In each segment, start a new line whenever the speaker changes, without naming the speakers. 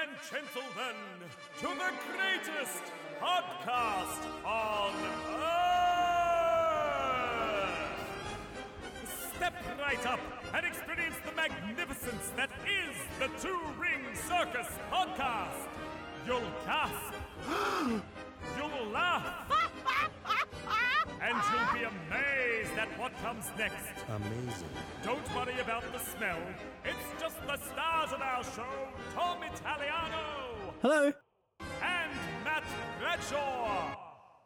and gentlemen, to the greatest podcast on earth! Step right up and experience the magnificence that is the Two Ring Circus podcast! You'll gasp, you'll laugh, and you'll be amazed at what comes next.
Amazing.
Don't worry about the smell. It's just the stars of our show, Tom Italiano
Hello.
and Matt Bradshaw.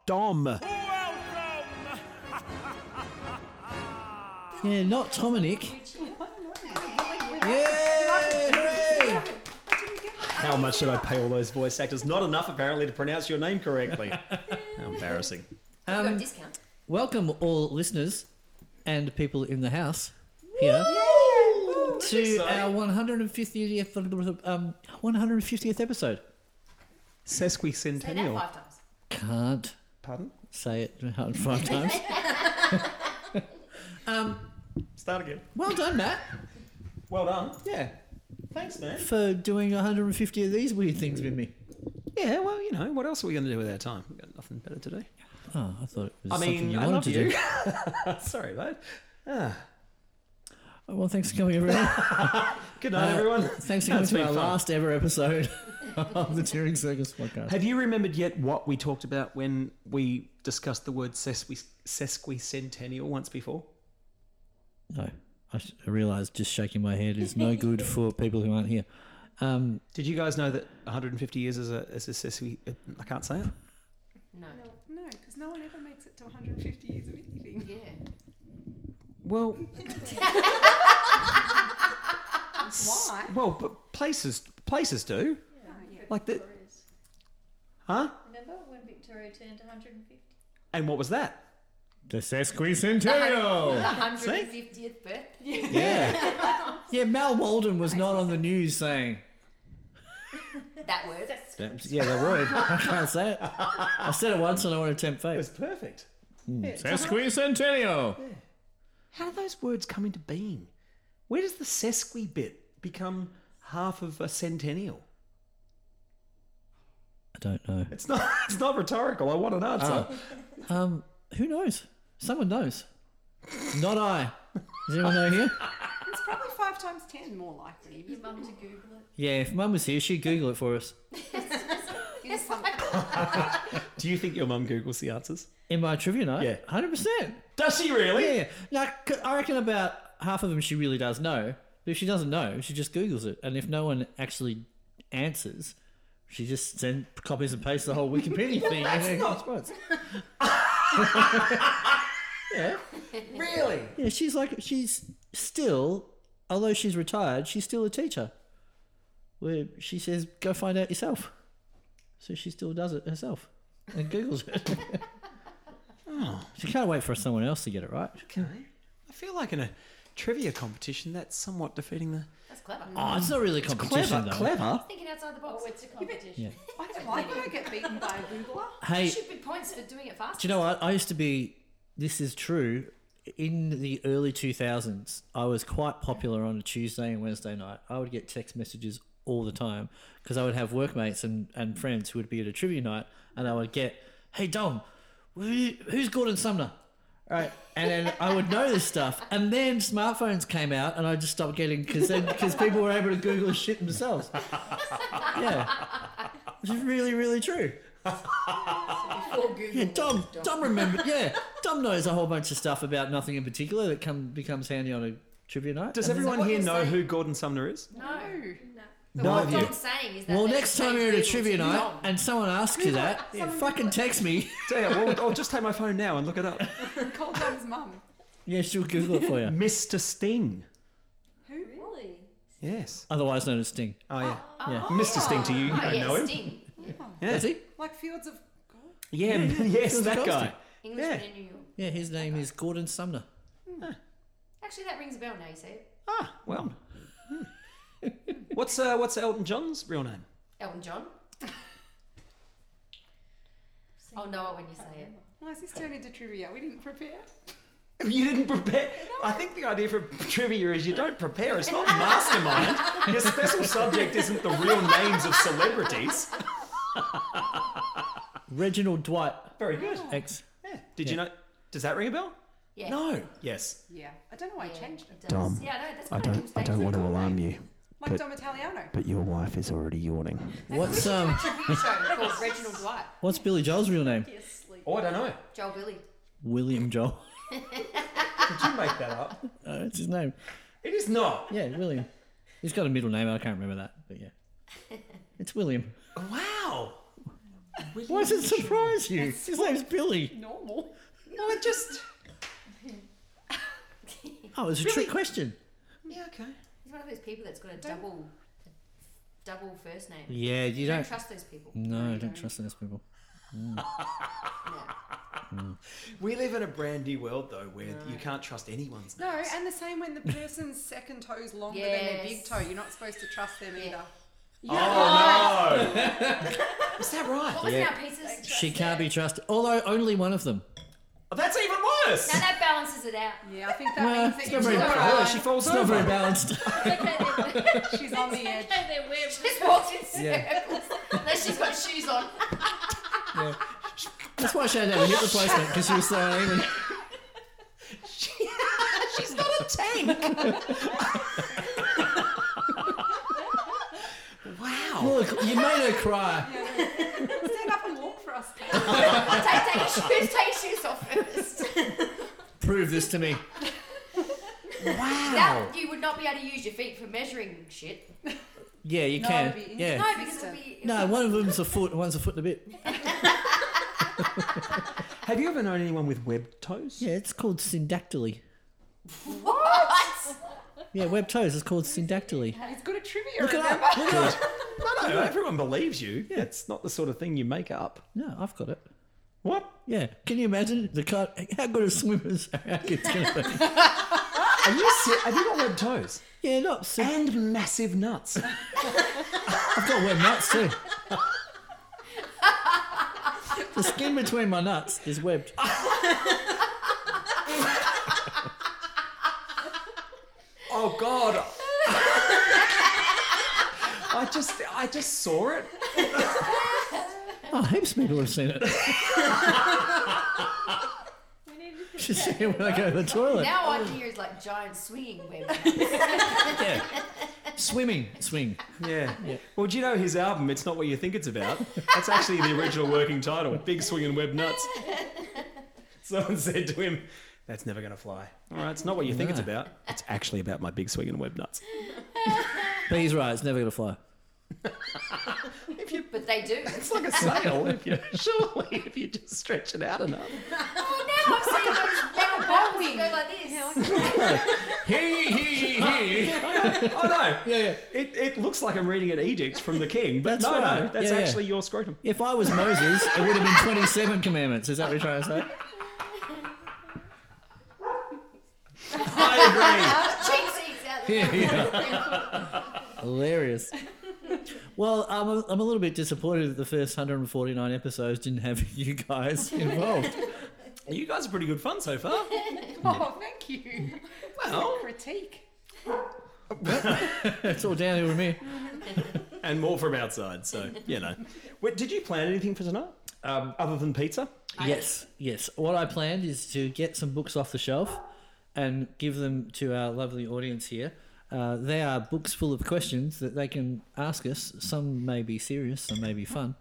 Dom.
Welcome!
Yeah, not Dominic. Yeah, hooray!
How much did I pay all those voice actors? Not enough, apparently, to pronounce your name correctly. How embarrassing.
We
Um,
got a discount.
Welcome, all listeners and people in the house here, to our 150th, um, 150th episode.
Say that
Sesquicentennial.
five times.
Can't
Pardon?
say it five times.
Start again.
well done, Matt,
Well done. Yeah. Thanks, man.
for doing 150 of these weird things with me.
Yeah, well, you know, what else are we going to do with our time? We've got nothing better to do.
Oh, I thought it was
I
something
mean,
you
I
wanted
love
to
you.
do.
Sorry, mate.
Oh, Well, thanks for coming, everyone.
Good night, everyone.
Thanks for coming
That's
to
been
our
fun.
last ever episode of the Touring Circus podcast.
Have you remembered yet what we talked about when we discussed the word sesqui- sesquicentennial once before?
No, I, sh- I realize just shaking my head is no good for people who aren't here. Um,
Did you guys know that 150 years is a, is a sesqui... uh, I can't say it.
No.
No, because no one ever makes it to 150 years of anything.
Yeah.
Well,
Why?
well, but places places do. Like the, huh?
Remember when Victoria turned 150?
And what was that?
the
The
sesquicentennial.
150th birthday.
yeah, yeah. Mal Walden was not on the news saying.
That word.
Yeah, that word. I can't say it. I said it once, and I want to tempt fate.
perfect.
Sesquicentennial.
How do those words come into being? Where does the sesqui bit become half of a centennial?
I don't know.
It's not. It's not rhetorical. I want an answer.
Um, who knows? Someone knows. Not I. Does anyone know here?
It's probably five times 10 more likely.
Your mum to Google it.
Yeah, if Mum was here, she'd Google it for us.
It's something.
Do you think your mum googles the answers?
In my trivia night,
Yeah.
hundred percent.
Does she really?
Yeah, yeah. Now, c- I reckon about half of them she really does know. But if she doesn't know, she just Googles it. And if no one actually answers, she just send, copies and pastes the whole Wikipedia thing. That's yeah.
Really?
Yeah, she's like, she's still, although she's retired, she's still a teacher. Where she says, go find out yourself. So she still does it herself and Googles it. She can't wait for someone else to get it right.
Okay. I feel like in a trivia competition, that's somewhat defeating the.
That's clever.
Oh, it's not really a competition, though.
clever.
Thinking outside the box.
Mm. Oh, it's a competition.
I don't like when I get beaten by a Googler.
Hey,
It should be points for doing it fast.
Do you know what? I used to be, this is true, in the early 2000s, I was quite popular on a Tuesday and Wednesday night. I would get text messages all the time because I would have workmates and, and friends who would be at a trivia night and I would get, hey, Dom, who, who's Gordon Sumner? Right, and then I would know this stuff, and then smartphones came out, and I just stopped getting because because people were able to Google shit themselves. Yeah, which is really really true.
Before Google.
Yeah, Dom. Dom remember. Yeah, Dom knows a whole bunch of stuff about nothing in particular that come becomes handy on a trivia night.
Does
And then-
everyone here
you're
know
saying?
who Gordon Sumner is?
No.
No,
What
you-
Dom's saying is that.
Well,
they
next
should
time
change
you're at a
Google
trivia
to
night
Dom.
and someone asks you that, fucking text me.
Yeah, well, I'll just take my phone now and look it up.
Call Dom's mum.
yeah, she'll Google it for you.
Mr. Sting.
Really?
Yes.
Otherwise known as Sting.
Oh yeah.
Yeah.
Mr. Sting to you. You
Oh,
don't
yeah,
know him.
Sting.
Is he?
Like Fields of Gold.
Yeah, yes,
Who's
that
Goldstein?
guy.
Englishman
Yeah.
in New York.
Yeah, his name is Gordon Sumner.
Actually, that rings a bell now you say it.
Ah, well. Hmm. what's uh, what's Elton John's real name?
Elton John. I'll know it when you say it.
Why is this turned into trivia? We didn't prepare.
You didn't prepare. I think the idea for trivia is you don't prepare. It's not mastermind. Your special subject isn't the real names of celebrities.
Reginald Dwight.
Very good.
Ex.
Yeah. Did you
Yeah.
know? Does that ring a bell?
Yeah.
No. Yes.
Yeah. I don't know why
Yeah,
I changed it.
does.
Dom,
Yeah, no, that's
I
kind of
don't. I
mistakes.
don't want to
It's
alarm
not
you,
Like
But-
Dom Italiano.
but your wife is already yawning.
What's um?
a trivia show called Reginald Dwight,
What's Billy Joel's real name?
Oh, I don't know.
Joel Billy.
William Joel.
Did you make that up?
Uh, that's his name.
It is not.
Yeah, William. He's got a middle name. I can't remember that, but yeah, it's William.
Wow.
Why does it surprise you? His name's Billy.
Normal.
No, it just.
Oh, it's a trick question.
Yeah. Okay.
He's one of those people that's got a
Don't-
double, a double first name.
Yeah, you
You don't
don't. Mm,
trust those people.
No, I don't trust those people.
No.
We live in a brand new world though, where you can't trust anyone's
No,
names.
and the same when the person's second toe's longer than their big
Yes.
toe. You're not supposed to trust them
Yeah.
either.
Oh no! Is that
What
right?
was
Yeah.
our pieces?
She can't be trusted. Although only one of them.
Oh, that's even worse.
Now that balances it out.
Yeah, I think that
Well,
means
it's
that you're
not very
still
good.
Oh, she
alive.
falls
It's not very
over.
balanced.
It's okay, they're,
She's on the edge.
it's okay, they're wearing-
Just walks in circles.
Yeah.
Unless she's got shoes on.
That's why she had to have a hip replacement because she was so uneven.
She's not a tank. wow.
Look, you made her cry.
Stand up and walk for us.
Take, take your shoes, take your shoes off first.
Prove this to me.
Now you would not be able to use your feet for measuring shit.
Yeah, you
No,
can.
it'd be
Yeah.
No, because it'd be.
No, one of them's a foot, one's a foot and a bit.
Have you ever known anyone with webbed toes?
Yeah, it's called syndactyly.
What?
Yeah, web toes is called syndactyly.
He's good at trivia,
Look it
remember?
up. Look it up.
No, no, everyone believes you. It's not the sort of thing you make up.
No, I've got it.
What?
Yeah, can you imagine the cut? How good are swimmers are our kids going to be?
Are you se- have you got webbed toes?
Yeah, not sw-
And massive nuts.
I've got web nuts too. The skin between my nuts is webbed.
Oh God. I just I just saw it.
Oh, heaps of people have seen it.
We need to think
Just see it when I go to the toilet.
Now I hear is like giant swinging web.
Yeah. Swimming, swing.
Yeah. Well, do you know his album? It's not what you think it's about. That's actually the original working title, Big Swinging Web Nuts. Someone said to him, "That's never going to fly." All right, it's not what you think it's
No.
about. It's actually about my big swinging web nuts.
But he's right, it's never going to fly.
But they do.
It's like a sail, if you surely if you just stretch it out enough.
Now I've seen those web bowling go like this.
He, he, he.
Oh no!
Yeah, yeah.
It, it looks like I'm reading an edict from the king, but
That's
no, no,
right.
that's
Yeah, yeah.
actually your scrotum.
If I was Moses, it would have been 27 commandments. Is that what you're trying to say?
I
Cheeks eats out.
Yeah, Hilarious. Well, I'm a, I'm a little bit disappointed that the first 149 episodes didn't have you guys involved.
agree. you guys are pretty good fun so far.
Oh, thank you. Oh.
Well,
Critique.
It's all downhill with me.
and more from outside, so you know. Wait, did you plan anything for tonight? Um, other than pizza?
Yes, yes. What I planned is to get some books off the shelf and give them to our lovely audience here. Uh, they are books full of questions that they can ask us. Some may be serious, some may be fun.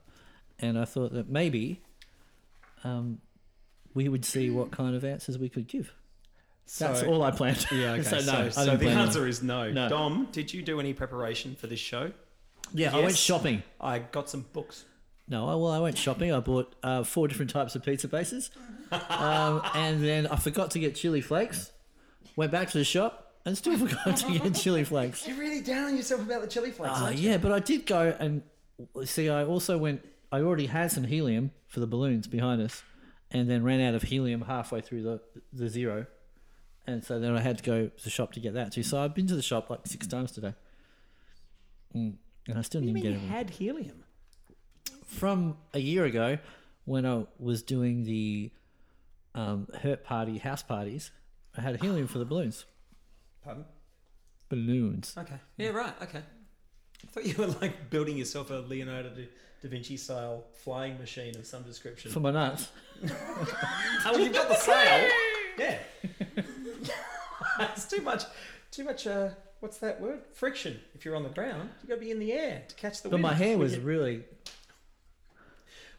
And I thought that maybe um, we would see what kind of answers we could give. That's
So-
all I planned.
Yeah, okay.
so, no, I
so,
didn't
so the
plan
answer
on it.
is no.
No.
Dom, did you do any preparation for this show?
Yeah, I went
yes.
shopping.
I got some books.
No, I, well, I went shopping. I bought uh, four different types of pizza bases, um, and then I forgot to get chili flakes. Went back to the shop and still forgot to get chili flakes.
You're really down on yourself about the chili flakes.
Uh, yeah, but I did go and see. I also went. I already had some helium for the balloons behind us, and then ran out of helium halfway through the the zero, and so then I had to go to the shop to get that too. So I've been to the shop like six times today, Mm, and I still
you
didn't
mean
get
you
it
had helium?
from a year ago when I was doing the um, Hurt Party house parties. I had helium for the balloons.
Pardon?
Balloons.
Okay. Yeah, right. Okay. I thought you were like building yourself a Leonardo da, da Vinci style flying machine of some description.
For my nuts.
oh, well, you've got the sail. Yeah. it's too much. Too much. Uh, what's that word? Friction. If you're on the ground, you got to be in the air to catch the
But
wind.
my hair
Would
was
you-
really.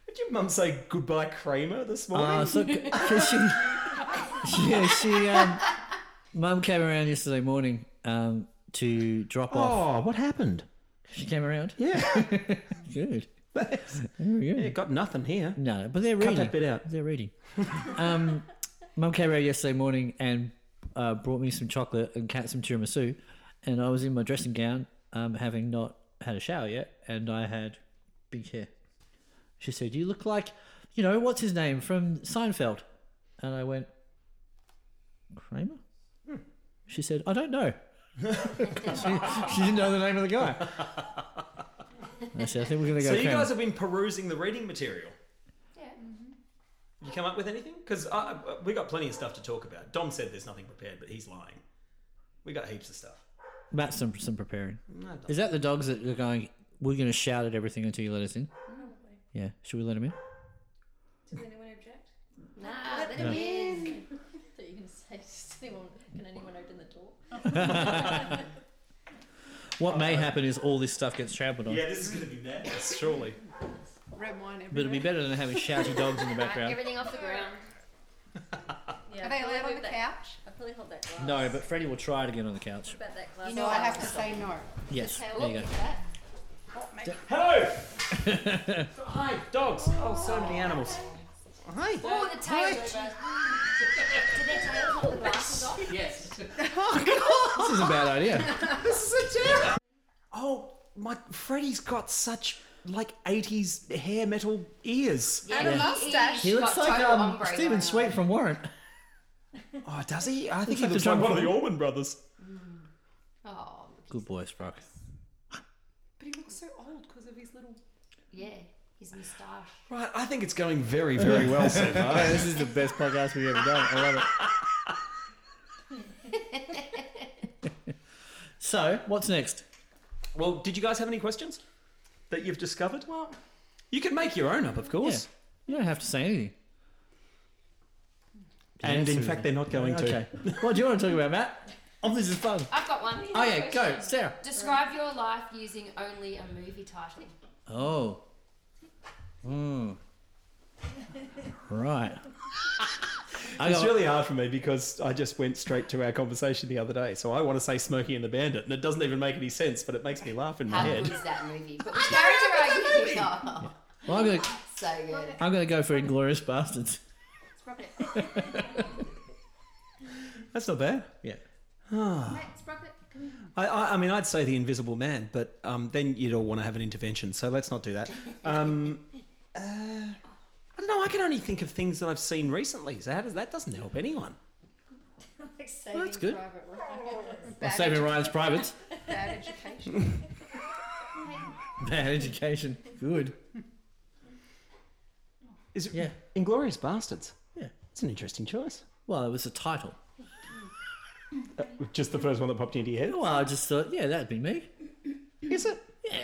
Did your mum say goodbye, Kramer, this morning?
Uh, so, cause she, yeah, she, um, mum came around yesterday morning, um, to drop off.
Oh, what happened?
She came around.
Yeah.
Good.
yeah,
Very good.
got nothing here.
No, but they're
Cut
reading.
that bit out.
They're reading. um, Mum came around yesterday morning and uh, brought me some chocolate and cat some tiramisu, and I was in my dressing gown, um, having not had a shower yet, and I had big hair. She said, "You look like, you know, what's his name from Seinfeld," and I went, "Kramer."
Hmm.
She said, "I don't know." she, she didn't know the name of the guy. I said, "I think we're gonna go."
So you
Kramer."
guys have been perusing the reading material.
Yeah.
You come up with anything? Because we got plenty of stuff to talk about. Dom said there's nothing prepared, but he's lying. We got heaps of stuff.
Matt's some some preparing.
No, Dom.
Is that the dogs that are going? We're going to shout at everything until you let us in. Yeah, should we let them in?
Does anyone object?
Nah, let
No.
him in.
That you can say, does anyone, can anyone open the door?
What may happen is all this stuff gets trampled on,
Yeah, this is going to be madness, surely.
Red wine everywhere.
but it'll be better than having shouty dogs in the
Right,
background.
everything off the ground.
Yeah,
Are
I
they
probably
allowed on
moved
the
that-
couch?
I probably hold that glass.
No, but Freddie will try to get on the couch.
About that glass.
You know Oh, I have to say no.
Yes,
Tail
there you
up
go.
with that.
Hello! Hi, dogs. Oh, so many animals. Hi.
Oh, the tail's over. Did their tails knock the glasses off?
Yes.
This is a bad idea.
This is a terror. Oh, my. Freddy's got such, like, 80s hair metal ears.
And a mustache.
He looks
got
like
total
um,
ombre
Stephen
going
Sweet from Warrant.
Oh, does he? I think he
like the
looks like
drum
one of
from-
the Allman Brothers.
on. Oh,
Good boy, Sprock.
But he looks so old because of his little.
yeah, his moustache.
Right, I think it's going very, very well so far.
this is the best podcast we've ever done. I love it. so, what's next?
well, did you guys have any questions that you've discovered?
Well,
You can make your own up, of
Yeah.
course.
You don't have to say anything.
And in
Absolutely.
fact, they're not going to.
Okay. what do you want to talk about, Matt? Oh, this is fun.
I've got one.
Oh yeah, go, Sarah.
Describe your life using only a movie title.
Oh. Hmm. Right. I
It's
got,
really hard for me because I just went straight to our conversation the other day. So I want to say Smokey and the Bandit, and it doesn't even make any sense, but it makes me laugh in my
How good
head.
is that movie? But the character I used, oh,
well, I'm gonna,
so good.
I'm gonna go for Inglorious Bastards.
Sprocket.
That's not bad.
Yeah.
Matt, Sprocket, come here.
Ah. I, I, I mean, I'd say The Invisible Man, but um, then you'd all want to have an intervention. So let's not do that. Um, uh, I don't know. I can only think of things that I've seen recently. So how does, that doesn't help anyone.
Like saving
that's good.
Private Ryan.
I'm
bad,
saving Ryan's privates.
bad education.
Bad education. Good.
Is it
Yeah.
Inglorious Bastards?
Yeah.
It's an interesting choice.
Well, it was a title.
Just the first one that popped into your head?
Well, I just thought, yeah, that'd be me.
Oh, Is it?
Yeah.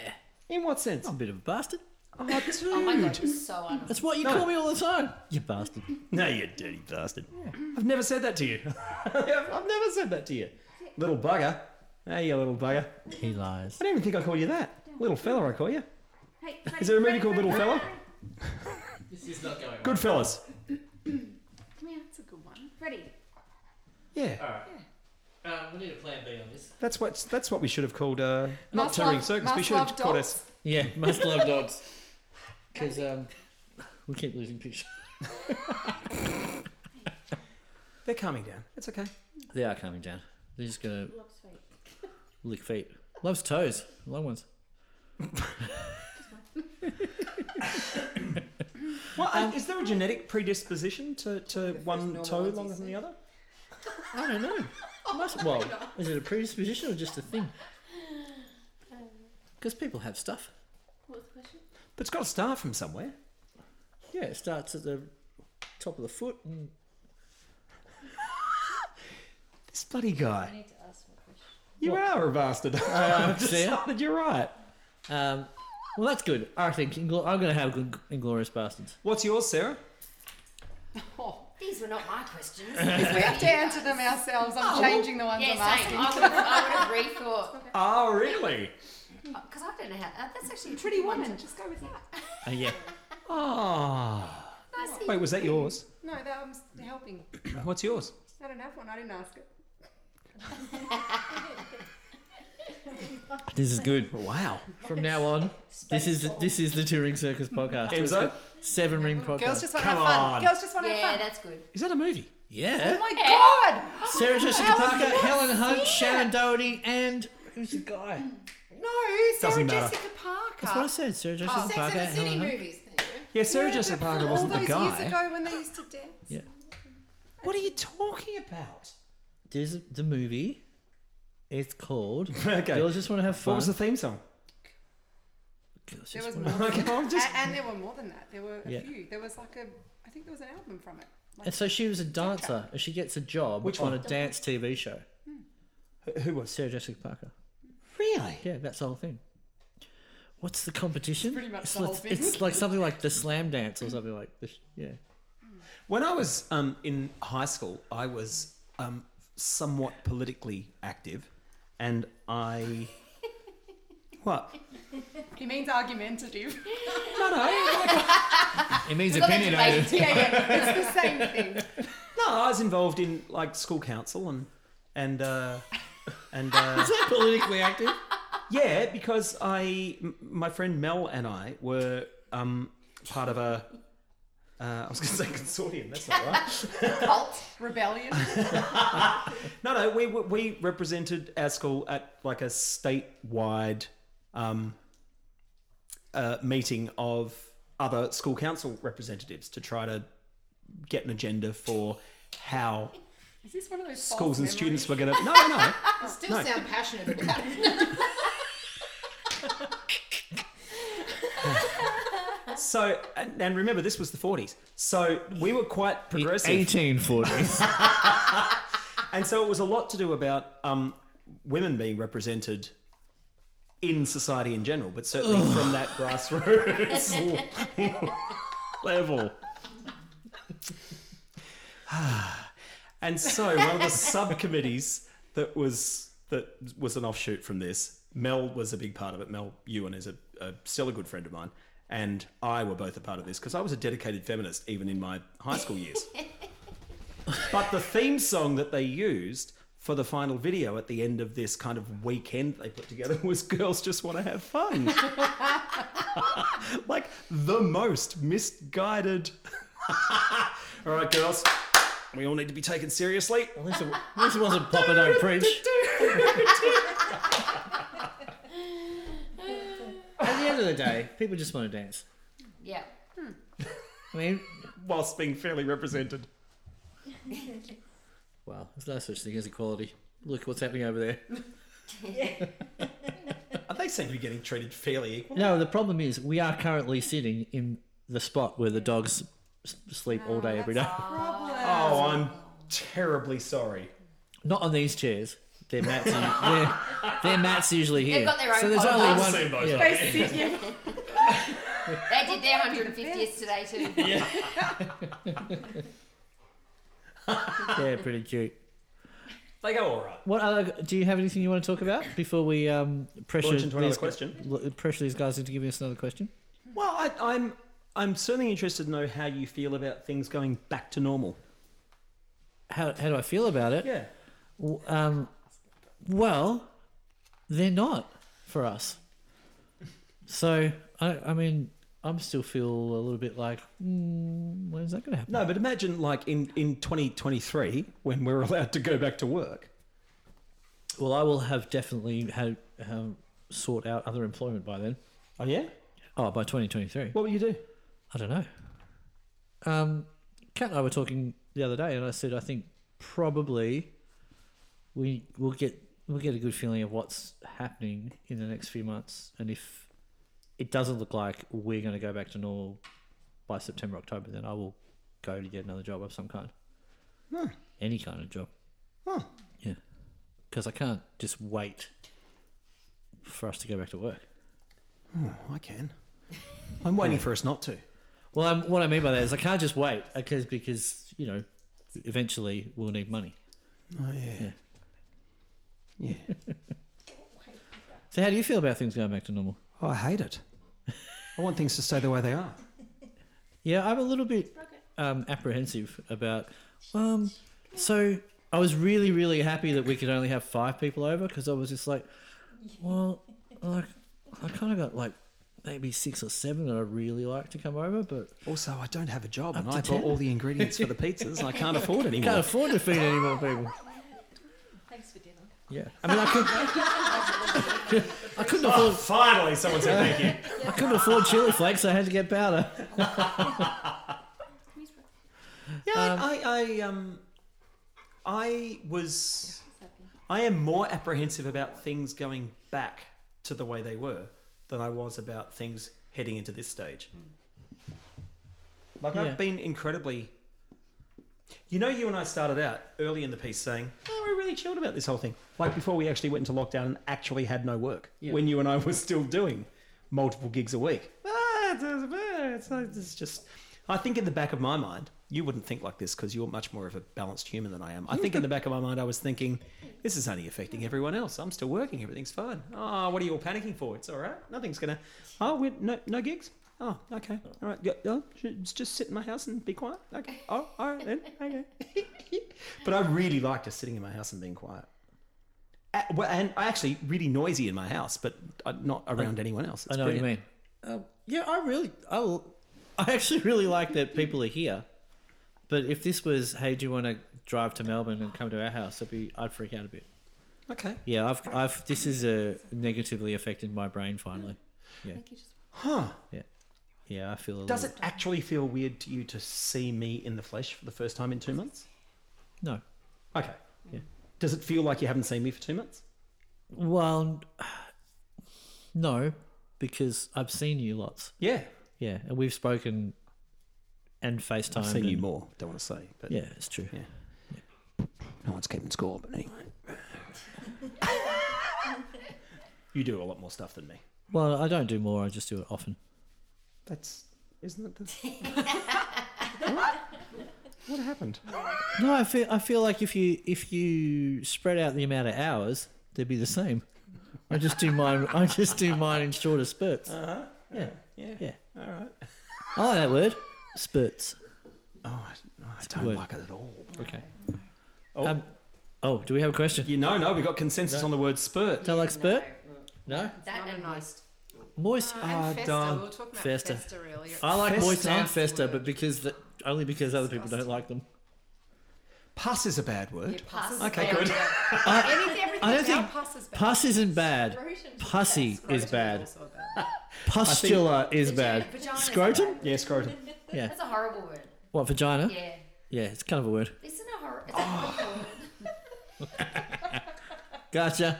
In what sense?
I'm a bit of a bastard.
Oh, dude.
Oh my god, it was so unreal.
That's what you
No.
call me all the time. You bastard.
No, you dirty bastard. I've never said that to you. I've never said that to you. Little bugger. Hey, you little bugger. I
He lies.
don't even think I call you that. Little fella, I call you.
Hey,
Is there a movie
Freddy,
called
Freddy,
Little Fella?
This is not going.
Good fellas.
Come here, that's a good one.
Freddy.
Yeah,
Alright. Um, we need a plan B on this.
that's what that's what we should have called. Uh, not
Must
touring
love-
circus. We
must
should have
love
called
dogs.
us.
Yeah, must love dogs. Because um, we keep losing pictures.
They're calming down. It's okay.
They are coming down. They're just gonna
Loves feet.
lick feet. Loves toes, long ones.
Well, um, is there a genetic predisposition to, to one
normal
toe
ones you
longer than the other?
I don't know. Must, well, is it a predisposition or just a thing? Because people have stuff.
What was the question?
But it's got to start from somewhere.
Yeah, it starts at the top of the foot and
This bloody guy.
I need to ask some questions.
You are a bastard. I've
see ya.
decided you're right.
Um, well, that's good. I think Ingl- I'm going to have good Inglorious Bastards.
What's yours, Sarah?
Oh,
These were not my questions.
we have to answer them ourselves. I'm changing the ones
yeah,
I'm
same.
asking.
I would, I would have rethought
Oh, really?
because I don't know how. Uh, that's actually a
Pretty
pretty one.
woman, just go with that.
Uh, yeah.
Ah.
Nicely.
Wait, was that yours?
No, that I'm s- helping.
What's yours?
I don't have one. I didn't ask it.
This is good.
Wow.
From now on, this is this is the Touring Circus podcast.
Enzo?
Seven ring podcast.
Girls just want to have
Come
fun.
on.
Girls just want to
Yeah,
have fun.
that's good.
Is that a movie?
yeah.
Oh my god!
Sarah Jessica
How
Parker,
is that
Helen Hunt,
fair?
Shannon Doherty, and who's the guy?
No, Sarah
Doesn't matter.
Jessica Parker. Oh,
That's what I said. Sarah Jessica
Sex
Parker,
and the City
Helen Hunt.
movies. There.
Yeah, Sarah
Yeah,
Jessica
but
Parker
all
wasn't the
those
guy.
years ago when they used to dance.
Yeah.
What are you talking about?
There's the movie. It's called.
Okay.
Girls just want to have fun.
What was the theme song?
Girls
There
Just
was
Wanna-
more.
Okay, I'm just.
A- and there were more than that. There were a
Yeah.
few. There was like a, I think there was an album from it. Like,
and so she was a dancer, and she gets a job
Which
on
one?
a dance TV show.
Who- Who was?
Sarah Jessica Parker.
Really?
Yeah, that's the whole thing. What's the competition?
pretty much
it's,
the whole
it's-
thing.
it's like something like the slam dance or something like this. Yeah.
When I was um, in high school, I was um, somewhat politically active, and I. What?
he means argumentative.
No, no, like-
It means
Well, that's
opinionated.
amazing.
yeah, yeah, it's the same thing.
no. I was involved in like school council and and uh, and uh,
Politically active.
yeah, because I, m- my friend Mel and I were um, part of a. Uh, I was going to say consortium. That's not right.
Cult.
Rebellion.
No, no, we we represented our school at like a statewide um, uh, meeting of other school council representatives to try to get an agenda for how
Is this one of those false
schools and
memories?
students were going to. No, no, no.
I still
No.
sound passionate about it.
So, and, and remember, this was the forties. So we were quite progressive.
1840s.
and so it was a lot to do about um, women being represented in society in general, but certainly from that grassroots level. and so one of the subcommittees that was that was an offshoot from this. Mel was a big part of it. Mel Ewan is a, a still a good friend of mine, and I were both a part of this because I was a dedicated feminist even in my high school years. But the theme song that they used for the final video at the end of this kind of weekend they put together was Girls Just Want to Have Fun. like the most misguided. all right, girls, we all need to be taken seriously.
At least, it, at least it wasn't Papa Don't Preach. At the end of the day, people just want to dance.
Yeah.
I mean,
Whilst being fairly represented.
well, there's no such thing as equality. Look what's happening over there.
And they seem to be getting treated fairly equal.
No, the problem is we are currently sitting in the spot where the dogs s- sleep all day, every day.
Ah.
Oh, I'm terribly sorry.
Not on these chairs. Their mats, are, their, their mats usually here.
got their own
so there's
podcast.
only
I've
one.
seen those,
yeah.
They sit, yeah.
They did their 150th today too.
They're pretty cute.
They go all right.
What other? Do you have anything you want to talk about before we um, pressure
Launch into another
these, gu-
question.
l- pressure these guys into giving us another question?
Well, I, I'm I'm certainly interested to know how you feel about things going back to normal.
How, how do I feel about it?
Yeah.
W- Um, well, they're not for us. So I, I mean, I'm still feel a little bit like, mm, when's that going to happen?
No, but imagine like in in 2023 when we're allowed to go back to work.
Well, I will have definitely had um, sought out other employment by then.
Oh yeah.
Oh, by 2023.
What will you do?
I don't know. Um, Kat and I were talking the other day, and I said I think probably we will get we'll get a good feeling of what's happening in the next few months, and if it doesn't look like we're going to go back to normal by September October, then I will go to get another job of some kind,
No.
any kind of job.
Huh.
Yeah. because I can't just wait for us to go back to work.
Oh, I can. I'm waiting for us not to.
Well, I'm, what I mean by that is I can't just wait because because you know eventually we'll need money.
Oh, yeah. Yeah.
So how do you feel about things going back to normal?
Oh, I hate it. I want things to stay the way they are.
Yeah, I'm a little bit um, apprehensive about. Um, so I was really, really happy that we could only have five people over because I was just like, well, like I kind of got like maybe six or seven that I really like to come over, but
Also, I don't have a job and
to
I bought
10.
all the ingredients for the pizzas and I can't afford anymore.
can't afford to feed any more people.
Thanks for dinner.
Yeah, I mean, I could. I couldn't afford.
Finally, someone said thank you.
I couldn't afford chili flakes. so I had to get powder.
Yeah, I, I, I, um, I was, I am more apprehensive about things going back to the way they were than I was about things heading into this stage. Like
Yeah.
I've been incredibly. You know, you and I started out early in the piece saying, "Oh, we're really chilled about this whole thing." Like before we actually went into lockdown and actually had no work, when you and I were still doing multiple gigs a week. Ah, it's, it's, it's- it's just. I think in the back of my mind, you wouldn't think like this because you're much more of a balanced human than I am. I think in the back of my mind, I was thinking, "This is only affecting everyone else. I'm still working. Everything's fine. Ah, what are you all panicking for? It's all right. Nothing's gonna. Oh, we're no no gigs. Oh, okay. All right. Yeah, oh, should- just sit in my house and be quiet. Okay. Oh, all right then. Okay. but I really liked just sitting in my house and being quiet. A- well, And I actually really noisy in my house, but uh, not around anyone else.
I
It's
know what you
brilliant.
mean. Um, yeah, I really, I, l- I actually really like that people are here. But if this was, hey, do you want to drive to Melbourne and come to our house? I'd be, I'd freak out a bit.
Okay.
Yeah, I've, I've, this is a negatively affected my brain finally.
Huh.
Yeah, I feel. A
Does it
little,
actually feel weird to you to see me in the flesh for the first time in two months?
No.
Okay. Yeah. Does it feel like you haven't seen me for two months?
Well, no, because I've seen you lots.
Yeah.
Yeah, and we've spoken and FaceTime.
I've seen you more. Don't want to say, but
Yeah, it's true.
Yeah. no one's keeping score. But anyway, you do a lot more stuff than me.
Well, I don't do more. I just do it often.
That's isn't it? The... what? what happened?
No, I feel I feel like if you if you spread out the amount of hours, they'd be the same. I just do mine. I just do mine in shorter spurts.
Uh.
Yeah,
Yeah.
yeah.
All right.
I like that word, spurts.
Oh, I, I don't
word.
like it at all.
Okay.
Oh.
Um, oh, do we have a question?
You know, no, we got consensus on the word spurt.
Do I like spurt? No.
That and
nice.
Moist.
And
Ah,
Festa,
darn.
we were talking about
Festa.
Festa, earlier.
I like moist
Festa.
and festa, but because the, only because other people don't like them.
Pass is a bad word.
pass.
Okay, good.
Anything, everything
I don't
that's out
think-
passes back.
Puss isn't bad. Pussy is bad. Pustula is bad.
Vagina is
Scrotum?
bad.
Yeah, scrotum.
Yeah.
That's a horrible word.
What vagina?
Yeah.
Yeah, it's kind of a word.
Isn't it horrible?
Oh.
It's a horrible word.
Gotcha.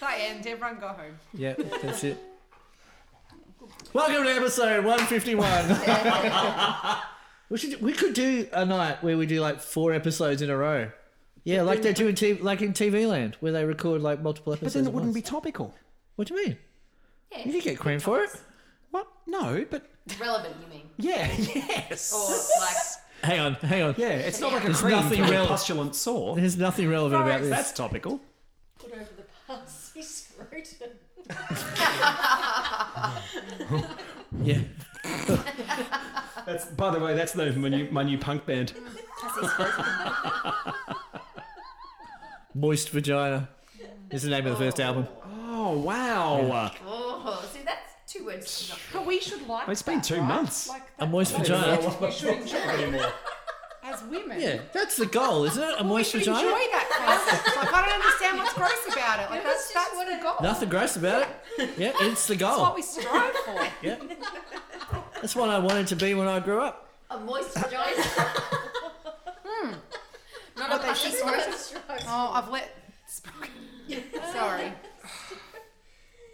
That end, everyone go home.
Yeah, that's it. Welcome to episode 151. we should we could do a night where we do like four episodes in a row. Yeah, like they do in TV, like in TV Land, where they record like multiple
But
episodes.
then it
at
wouldn't be
once.
topical.
What do you mean?
Yeah.
You could get cream for it.
What? No, but
Relevant, you mean?
yeah, yes.
Or
Oh.
like,
Hang on, hang on.
yeah, it's not like a
There's
cream
nothing
for
real-
a pustulent sore.
There's nothing relevant about this.
That's topical.
Put over the pussy scrotum.
Yeah.
That's by the way, that's the name of my new, my new punk band.
Moist Vagina is the name of the first album.
Oh wow!
Oh, see, that's two words. Not
But we should like
It's been
that,
two
right?
months.
Like
A
that.
moist vagina.
We should enjoy it. As women.
Yeah, that's the goal, isn't it? A
We
moist
should
vagina.
enjoy that concept. Like, I don't understand what's gross about it. Like, that's,
just
that's
what
what
it-
the goal.
Nothing gross about it. Yeah, it's the
That's what
goal.
we strive for.
That's what I wanted to be when I grew up.
a moist vagina.
Not what they
Pussy
should strive for.
scrotum.
Oh, I've let. Sorry.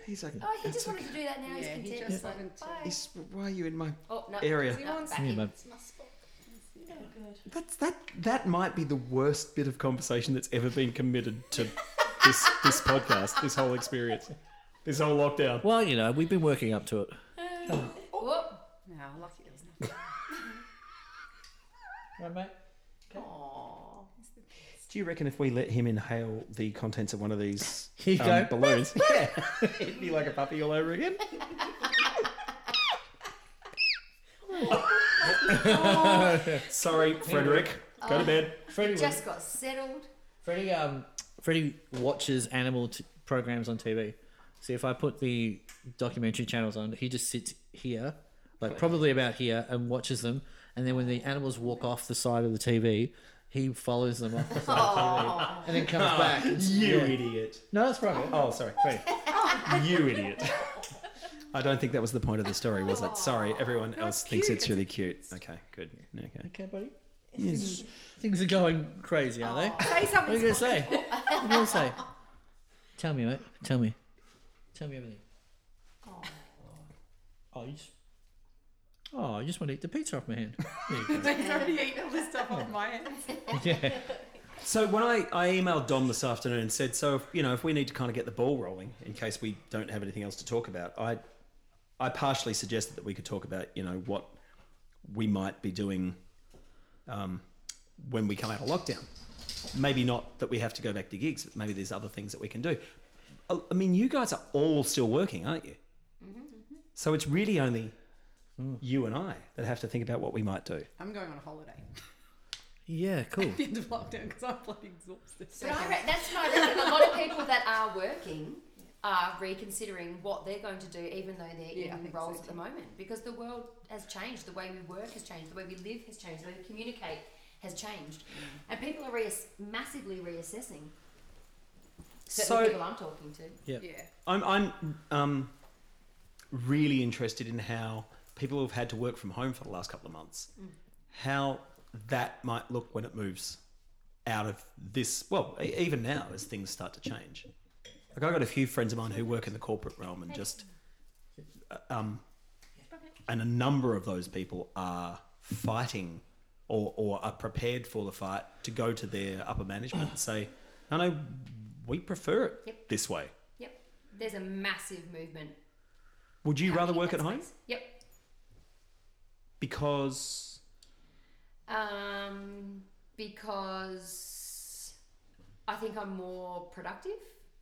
He's like,
Oh, he just wanted to do that now.
Yeah, he
he's content.
just
He's like,
wanted to-
bye.
he's, why are you in my
oh, no.
area?
He wants-
Yeah,
Back.
man.
It's my spot. Oh,
That's that. That might be the worst bit of conversation that's ever been committed to this this podcast, this whole experience, this whole lockdown.
Well, you know, we've been working up to it.
Oh.
Whoop.
No, lucky there was nothing.
Right, mate.
Do you reckon if we let him inhale the contents of one of these
Here you
um,
go.
balloons, yeah, he'd be like a puppy all over again? Sorry, Frederick. Go to bed.
Freddie,
Just got settled.
Freddie, um, Freddie watches animal t- programs on TV. See, if I put the documentary channels on, he just sits here, like probably about here, and watches them. And then when the animals walk off the side of the TV, he follows them off the side of the TV and then comes back.
You
Yeah.
idiot.
No, that's private.
Oh, sorry. Freddie. you idiot. I don't think that was the point of the story, was it? Sorry, everyone else thinks it's really cute. Okay, good. Okay.
Okay, buddy. Things are going crazy, are they? What
Say
are you
something.
gonna say? What are you gonna say? Tell me, mate. Tell me. Tell me everything. Oh, you just. Oh, you just want to eat the pizza off my hand.
He's already eaten all this stuff off my hands.
yeah.
So when I, I emailed Dom this afternoon and said, so if, you know if we need to kind of get the ball rolling in case we don't have anything else to talk about, I I partially suggested that we could talk about you know what we might be doing um, when we come out of lockdown. Maybe not that we have to go back to gigs, but maybe there's other things that we can do. I I mean, you guys are all still working, aren't you? So it's really only you and I that have to think about what we might do.
I'm going on a holiday.
Yeah, cool.
At the end of lockdown because I'm bloody exhausted.
But I re- that's my reckon. A lot of people that are working are reconsidering what they're going to do, even though they're
Yeah, I
in
think
roles
so
at the moment, because the world has changed. The way we work has changed. The way we live has changed. The way we communicate has changed,
Mm.
and people are reass- massively reassessing. Certainly,
So-
people I'm talking to.
Yeah.
I'm I'm um, really interested in how people who've had to work from home for the last couple of months, how that might look when it moves out of this. Well, e- even now as things start to change, like I've got a few friends of mine who work in the corporate realm, and just uh, um, and a number of those people are fighting. Or, or are prepared for the fight to go to their upper management and say, no, no, we prefer it
Yep.
this way.
Yep, there's a massive movement.
Would you rather
happening in
work
that
at home?
space. Yep.
Because
Um, because I think I'm more productive.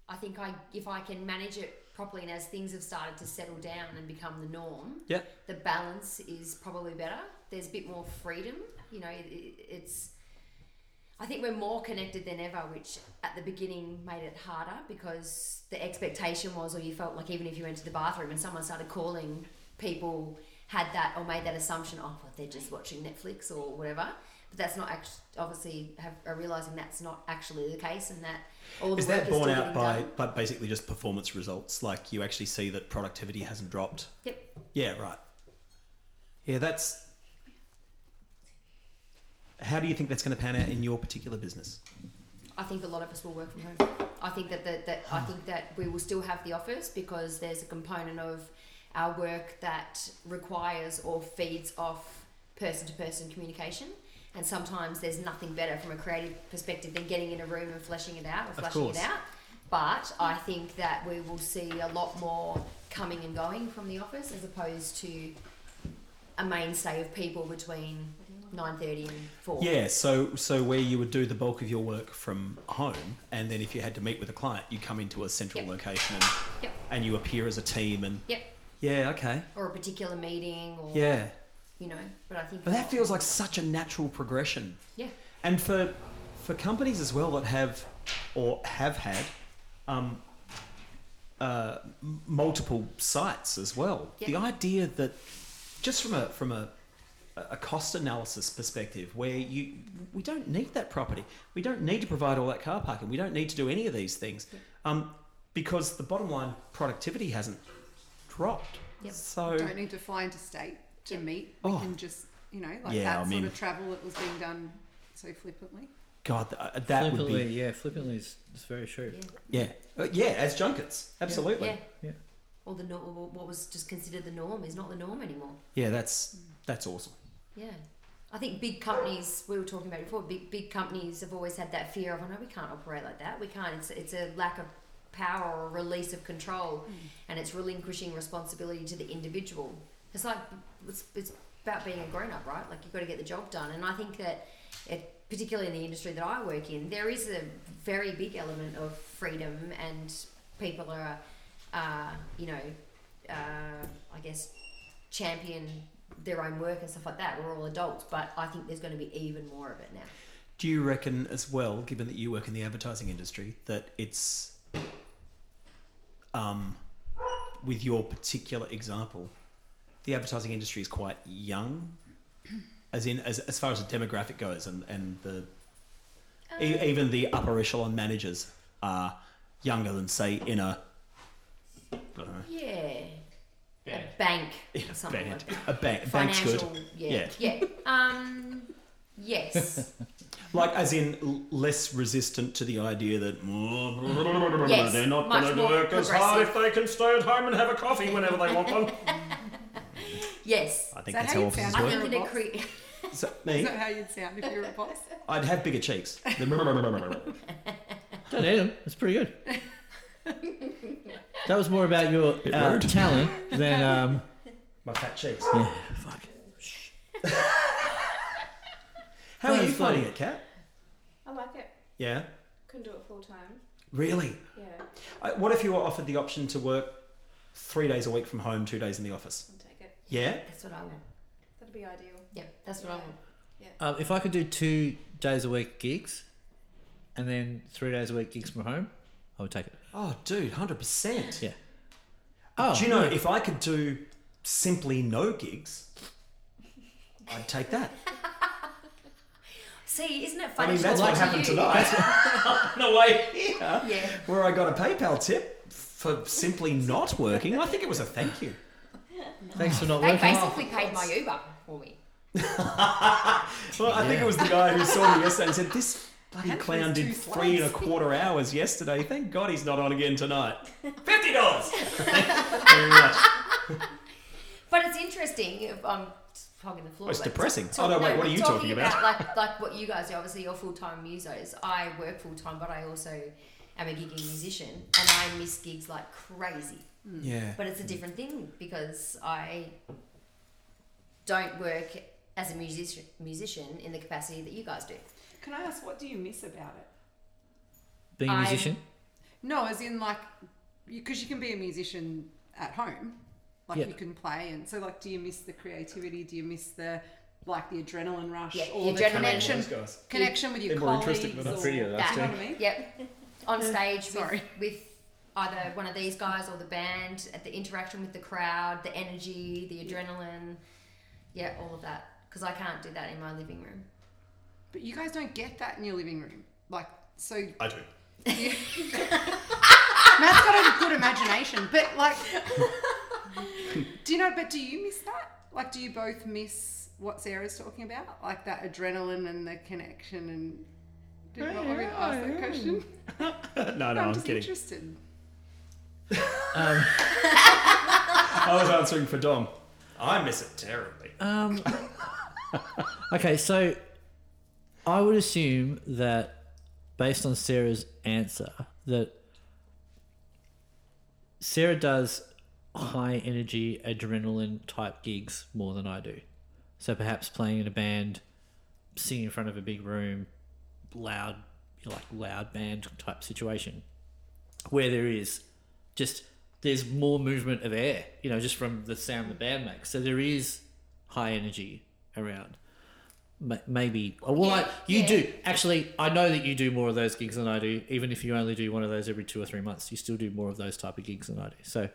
I think I, if I can manage it properly, and as things have started to settle down and become the norm,
yeah,
the balance is probably better. There's a bit more freedom. You know, it, it- it's. I think we're more connected than ever, which at the beginning made it harder because the expectation was, or you felt like even if you went to the bathroom and someone started calling, people had that or made that assumption, oh, well, they're just watching Netflix or whatever. But that's not actually, obviously, have, are realizing that's not actually the case and that all the
is
work
that
is
borne
still
out
getting
by,
done.
by basically just performance results? Like you actually see that productivity hasn't dropped.
Yep.
Yeah, right. Yeah, that's. How do you think that's going to pan out in your particular business?
I think a lot of us will work from home. I think that that, that I think that we will still have the office because there's a component of our work that requires or feeds off person to person communication. And sometimes there's nothing better from a creative perspective than getting in a room and fleshing it out or fleshing it
course.
out. But I think that we will see a lot more coming and going from the office as opposed to a mainstay of people between 9.30 and 4.
Yeah, so so where you would do the bulk of your work from home, and then if you had to meet with a client, you come into a central
Yep.
location and,
Yep.
and you appear as a team. And
Yep.
yeah, okay,
Or a particular meeting or...
yeah,
you know. But I think
but that feels like such a natural progression
yeah,
and for for companies as well that have or have had um, uh, m- multiple sites as well.
Yeah.
The idea that just from a from a a cost analysis perspective, where you we don't need that property, we don't need to provide all that car parking, we don't need to do any of these things, um, because the bottom line productivity hasn't dropped.
Yep.
So
Don't need to fly into state to meet. We
Oh.
can just, you know, like
Yeah,
that
I
sort
mean-
of travel that was being done so flippantly.
God, th- uh, that would
flippantly,
be
yeah, flippantly is, is very true.
Yeah.
yeah, Uh, yeah, as junkets, absolutely.
yeah.
Yeah.
Or the nor- or what was just considered the norm is not the norm anymore.
Yeah, that's that's awesome.
Yeah, I think big companies, we were talking about it before, big, big companies have always had that fear of, oh no, we can't operate like that. We can't. It's, it's a lack of power or release of control, and it's relinquishing responsibility to the individual. It's like, it's, it's about being a grown up, right? Like, you've got to get the job done. And I think that, it, particularly in the industry that I work in, there is a very big element of freedom, and people are, uh, you know, uh, I guess, champion their own work and stuff like that. We're all adults, but I think there's going to be even more of it now.
Do you reckon, as well, given that you work in the advertising industry, that it's, um, with your particular example, the advertising industry is quite young, as in as, as far as the demographic goes, and and the e- even the upper echelon managers are younger than say in a, I don't know,
Yeah.
Bad.
A bank
in
or
a
something
band,
like that.
a bank, bank's good,
Financial, yeah, yeah. Um, yes,
like as in l- less resistant to the idea that "Oh,
Yes,
they're not
much
going to
more
work as hard if
progressive.
they can stay at home and have a coffee whenever they want one.
yes.
I think
that
that's how
how you
offices
sound?
I
work.
think that it cre-
So, me,
Is that how you'd sound if you were a boss?
I'd have bigger cheeks.
Don't hate them. It's pretty good. that was more about your
Bit
uh,
rude.
talent than um.
My fat cheeks.
Yeah, fuck.
How are
That
you
was funny.
finding it, Kat?
I like it.
Yeah.
Couldn't do it full time.
Really?
Yeah,
I- What if you were offered the option to work three days a week from home, two days in the office?
I'll take it.
Yeah.
that's what I want.
That'd be ideal.
Yep, that's what I want.
Um, if I could do two days a week gigs, and then three days a week gigs from home, I would take it.
Oh, dude, hundred percent.
Yeah. Oh,
Do you know if I could do simply no gigs, I'd take that.
See, isn't it
I
funny?
mean, that's what
to
happened
you?
tonight. On the way here,
Yeah.
where I got a PayPal tip for simply not working. I think it was a thank you.
Thanks for not
They
working.
basically paid my Uber for me.
Well, I think it was the guy who saw me yesterday and said, This bloody
Handsome
clown
is
did
too
three and a quarter hours yesterday. Thank God he's not on again tonight. Fifty dollars. Very much.
But it's interesting. If I'm hogging the floor.
Well, it's
but-
depressing. Oh, no, wait, what are you talking about?
Like, like what you guys do. Obviously, you're full time musos. I work full time, but I also am a gigging musician, and I miss gigs like crazy.
Hmm. Yeah.
But it's a different thing because I don't work as a musician musician in the capacity that you guys do.
Can I ask, what do you miss about it?
Being a
I-
musician,
No, as in like, because you can be a musician at home, like
Yeah.
you can play, and so like, do you miss the creativity? Do you miss the like the adrenaline rush
Yeah,
or
the
the,
adrenaline
connection
rush.
guys.
connection with your
They're more
colleagues?
interesting than us.
or-
Prettier,
you
that's
know
That-
what I mean?
Yep. On stage
Sorry.
with, with either one of these guys or the band, at the interaction with the crowd, the energy, the adrenaline. Yeah, all of that. Because I can't do that in my living room.
But you guys don't get that in your living room, like so.
I do.
Matt's got a good imagination, but like, do you know? But do you miss that? Like, do you both miss what Sarah's talking about, like that adrenaline and the connection? And did not want me to ask that question.
No, no,
I'm,
I'm,
just
kidding.
interested.
I was answering for Dom. I miss it terribly.
Um, okay, so I would assume that based on Sarah's answer, that Sarah does high energy adrenaline type gigs more than I do. So perhaps playing in a band, singing in front of a big room, loud, like loud band type situation, where there is just there's more movement of air, you know, just from the sound the band makes. So there is high energy around. Ma- Maybe oh, well, I, you
yeah.
do actually. I know that you do more of those gigs than I do. Even if you only do one of those every two or three months, you still do more of those type of gigs than I do. So,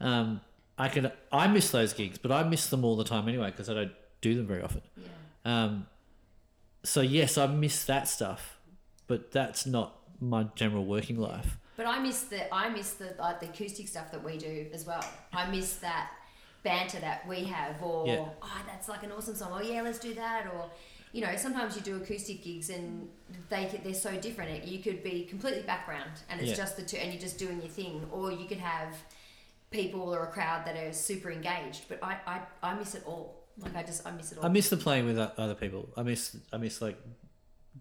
um, I can I miss those gigs, but I miss them all the time anyway because I don't do them very often.
Yeah.
Um, so yes, I miss that stuff, but that's not my general working life.
But I miss the I miss the like the acoustic stuff that we do as well. I miss that banter that we have, or
Yeah.
oh, that's like an awesome song. Oh yeah, let's do that. Or you know, sometimes you do acoustic gigs and they c- they're so different. You could be completely background and it's
Yeah.
just the two, and you're just doing your thing. Or you could have people or a crowd that are super engaged. But I I, I miss it all. Like I just I miss it all.
I miss the playing with o- other people. I miss I miss like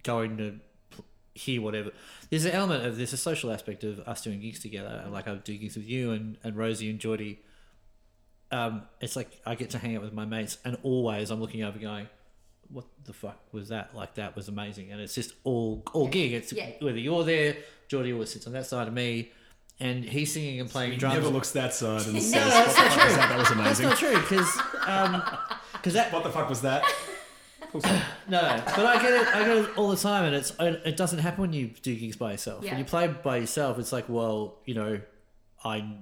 going to pl- hear whatever. There's an element of there's a social aspect of us doing gigs together. and, Like I do gigs with you and and Rosie and Geordie. Um, it's like I get to hang out with my mates, and always I'm looking over going. What the fuck was that? Like that was amazing, and it's just all all gig. It's
Yeah.
whether you're there, Geordie always sits on that side of me, and he's singing and playing drums.
Never looks that side and says,
No,
"What the
that's not
fuck was
true.
that? That was
That's
amazing."
not true because that
What the fuck was that?
No, no, but I get it. I get it all the time, and it's it doesn't happen when you do gigs by yourself.
Yeah.
When you play by yourself, it's like, well, you know, I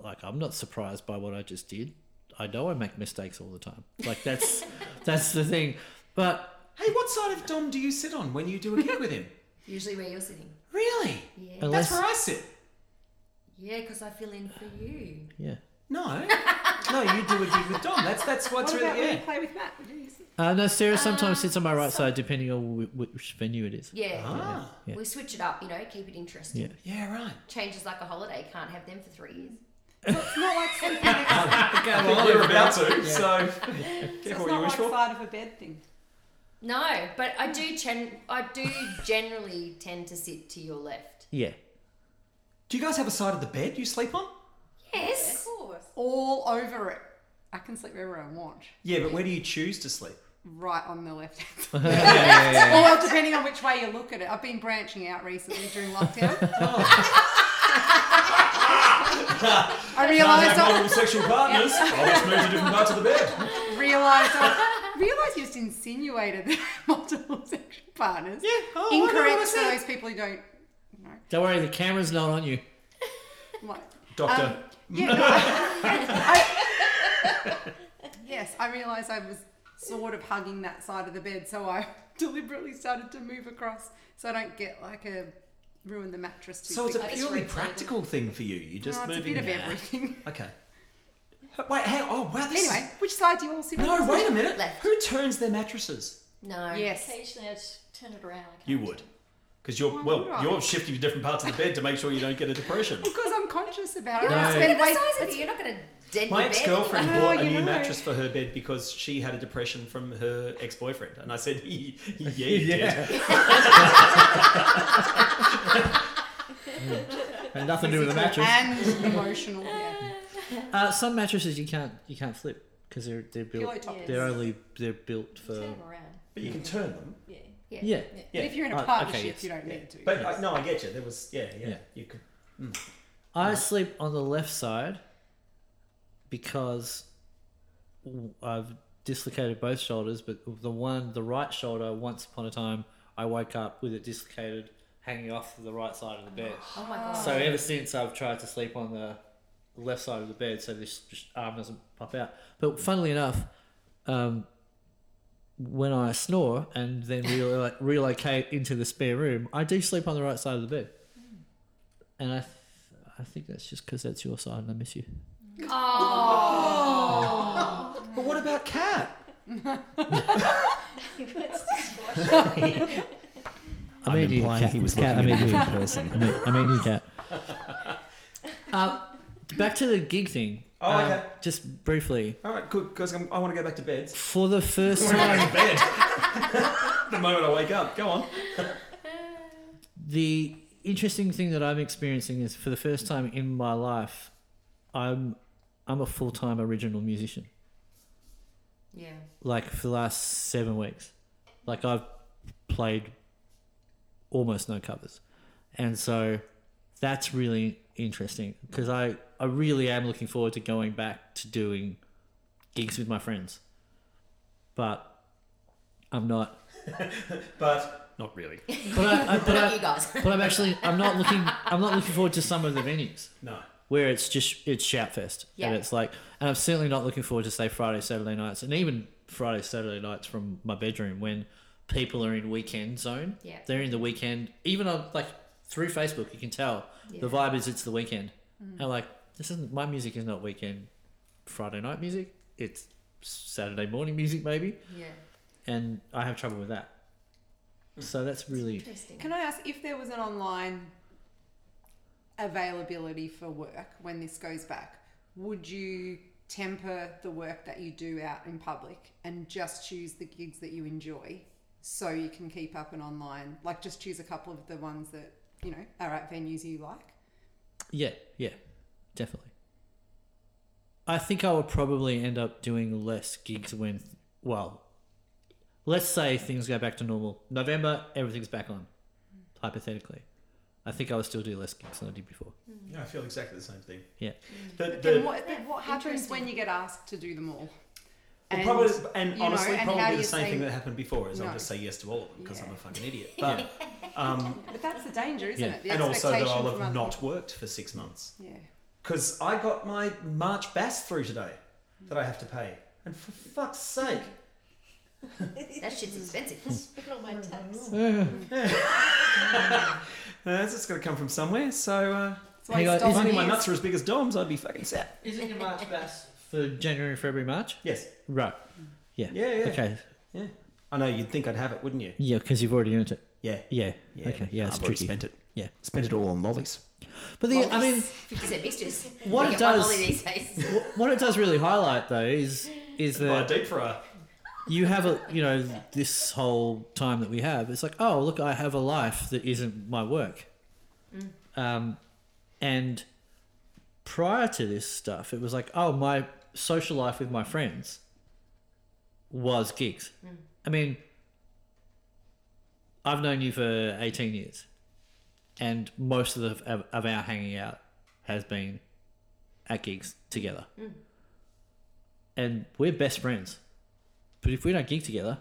like I'm not surprised by what I just did. I know I make mistakes all the time. Like that's that's the thing. But
Hey, what side of Dom do you sit on when you do a gig with him?
Usually where you're sitting.
Really?
Yeah.
unless
That's where I sit.
Yeah, because I fill in for you.
yeah,
No, no, you do a gig with Dom. That's that's what's
What about
really
when
yeah.
you play with Matt?
uh, no, Sarah sometimes sits on my right side, depending on wh- which venue it is.
Yeah.
Ah,
Yeah.
We switch it up, you know, keep it interesting.
Yeah.
yeah, right.
Changes like a holiday, can't have them for three years.
It's not like something.
I
It's,
think we're about to, so
it's
careful what you
not
wish
like
for.
side of a bed thing.
No, but I do gen- I do generally tend to sit to your left.
Yeah,
Do you guys have a side of the bed you sleep on?
Of
Yes.
course.
All over it. I can sleep wherever I want.
Yeah, but where do you choose to sleep?
Right on the left hand side. Or well, depending on which way you look at it. I've been branching out recently during lockdown.
Oh.
I realised I
sexual partners. I'll just move to different parts of the bed.
realised I realised you just insinuated that multiple sexual partners.
Yeah, oh, I know what I
Incorrect for
said.
those people who don't
don't worry, the camera's not on you.
like
Doctor.
Um, yeah, no, I- I- yes, I realised I was sort of hugging that side of the bed, so I deliberately started to move across so I don't get like a ruin the mattress too.
so it's a
quickly.
just
purely
rotated.
practical thing for you. You just
Oh, it's a
moving.
bit of
Yeah.
everything.
Okay. Wait, how? Oh, wow. This
Anyway, which side do you all sit
Is...
on?
No, wait a minute.
Left.
Who turns their mattresses?
No.
Yes.
Occasionally I just turn it around. I
You
can't-
would. Because you're well,
would I?
you're shifting to different parts of the bed to make sure you don't get a depression.
Because I'm conscious about it.
You're
I
not
No.
spending
spend
the
way-
size of you. You're not going to dent
My
your bed.
ex girlfriend
Oh,
bought a
you
new
know.
mattress for her bed because she had a depression from her ex boyfriend, and I said, "Yeah, you did."
and nothing to do with the mattress.
and emotional. Yeah.
Uh, some mattresses you can't you can't flip because they're they're built
Pillow top.
Yes.
they're only they're built
Turn
for
them around.
But you can turn them.
Yeah.
yeah.
But if you're in
Oh,
a
okay,
partnership,
yes.
you don't need to.
But I, no, I get you. There was yeah, yeah.
Yeah.
You could.
I sleep on the left side because I've dislocated both shoulders, but the one, the right shoulder, once upon a time, I woke up with it dislocated, hanging off the right side of the bed.
Oh my
Ah.
god.
So ever since I've tried to sleep on the left side of the bed, so this just arm doesn't pop out. But funnily enough, um, when I snore and then relo- relocate into the spare room, I do sleep on the right side of the bed. And I, th- I think that's just because that's your side, and I miss you.
But what about cat?
I mean, you cat. cat, I mean, you.
person.
I mean, I mean, you cat. Uh, back to the gig thing.
Oh,
um,
okay.
Just briefly,
All right, good. Because I'm, I want to go back to bed.
for the first
We're
time.
going to bed. the moment I wake up, go on.
the interesting thing that I'm experiencing is for the first time in my life, I'm I'm a full time original musician.
Yeah.
Like for the last seven weeks, like I've played almost no covers, and so that's really interesting because I I really am looking forward to going back to doing gigs with my friends, but I'm not.
But not really.
But I, I, but
Not
I,
you guys.
but I'm actually I'm not looking I'm not looking forward to some of the venues.
No.
where it's just it's shout fest
Yeah.
and it's like and i'm certainly not looking forward to say friday saturday nights and even friday saturday nights from my bedroom when people are in weekend zone
Yeah.
they're in the weekend even on like through facebook you can tell the
Yeah. Mm.
vibe is it's the weekend and like this isn't my music is not weekend friday night music it's saturday morning music maybe
Yeah.
and i have trouble with that
Mm.
so that's really
Interesting.
Can I ask if there was an online availability for work when this goes back? Would you temper the work that you do out in public and just choose the gigs that you enjoy so you can keep up and online like just choose a couple of the ones that you know are at venues you like
Yeah, yeah, definitely. I think I would probably end up doing less gigs when, well, let's say things go back to normal. November, everything's back on, hypothetically. I think I would still do less gigs than I did before.
Yeah, I feel exactly the same thing.
Yeah.
The,
Mm. but
the,
then what, then what happens when
Interesting.
you get asked to do them all
well,
and,
probably,
you
and
know,
honestly,
and how
probably
do
the
you
same
say-
thing that happened before is
No.
I'll just say yes to all of them because I'm a
Yeah.
fucking idiot. But, um,
but that's the danger isn't
Yeah.
it the
and also that
expectation
I'll
from
have
other
not worked for six months.
people. yeah
Because I got my March bass through today that I have to pay. And for fuck's sake.
That shit's expensive.
Look at all my tabs.
Uh, this is going to come from somewhere. So uh,
it's like
Hang on,
stolen
if only my
years.
nuts were as big as Dom's, I'd be fucking set.
Is it your March bass for January, February, March?
Yes.
Right. Yeah.
Yeah, yeah.
Okay.
Yeah. I know you'd think I'd have it, wouldn't you?
Yeah, because you've already earned it.
Yeah.
Yeah.
Yeah.
Okay. Yeah, it's
I've already
tricky.
spent Oh, it.
Yeah.
Spent it all on lollies.
But the, I mean,
fifty cent mixtures.
What
You
it
get one
does-
lolly these days.
wh- what it does really highlight though is is that
deep fryer.
you have a you know this whole time that we have it's like oh look i have a life that isn't my work um, and prior to this stuff it was like oh my social life with my friends was gigs i mean i've known you for 18 years and most of, the, of, of our hanging out has been at gigs together and we're best friends but if we don't gig together,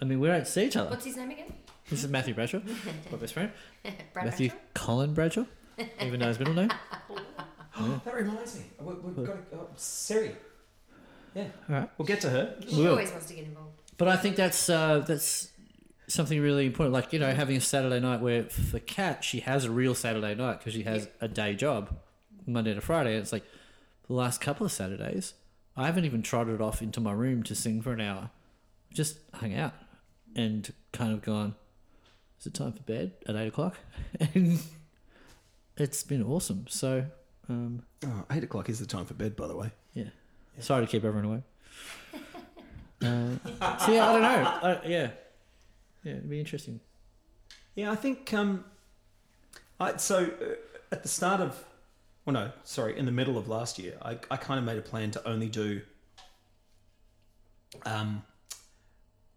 I mean, we don't see each other.
What's his name again?
This is Matthew Bradshaw, my best friend.
Brad
Matthew
Bradshaw?
Colin Bradshaw, even though his middle name.
That reminds me. We, we've got to, oh, Siri. Yeah.
All right.
We'll get to her.
She
Will.
always wants to get involved.
But I think that's uh, that's something really important. Like you know, having a Saturday night where for Kat she has a real Saturday night because she has a day job, Monday to Friday. It's like the last couple of Saturdays, I haven't even trotted off into my room to sing for an hour. Just hung out and kind of gone. Is it time for bed at eight o'clock? and it's been awesome. So um,
Oh, eight o'clock is the time for bed, by the way.
yeah. Sorry to keep everyone away. uh, so yeah, I don't know. I, yeah, yeah, it'd be interesting.
Yeah, I think. Um, I, so uh, at the start of, well, no, sorry, in the middle of last year, I, I kind of made a plan to only do um,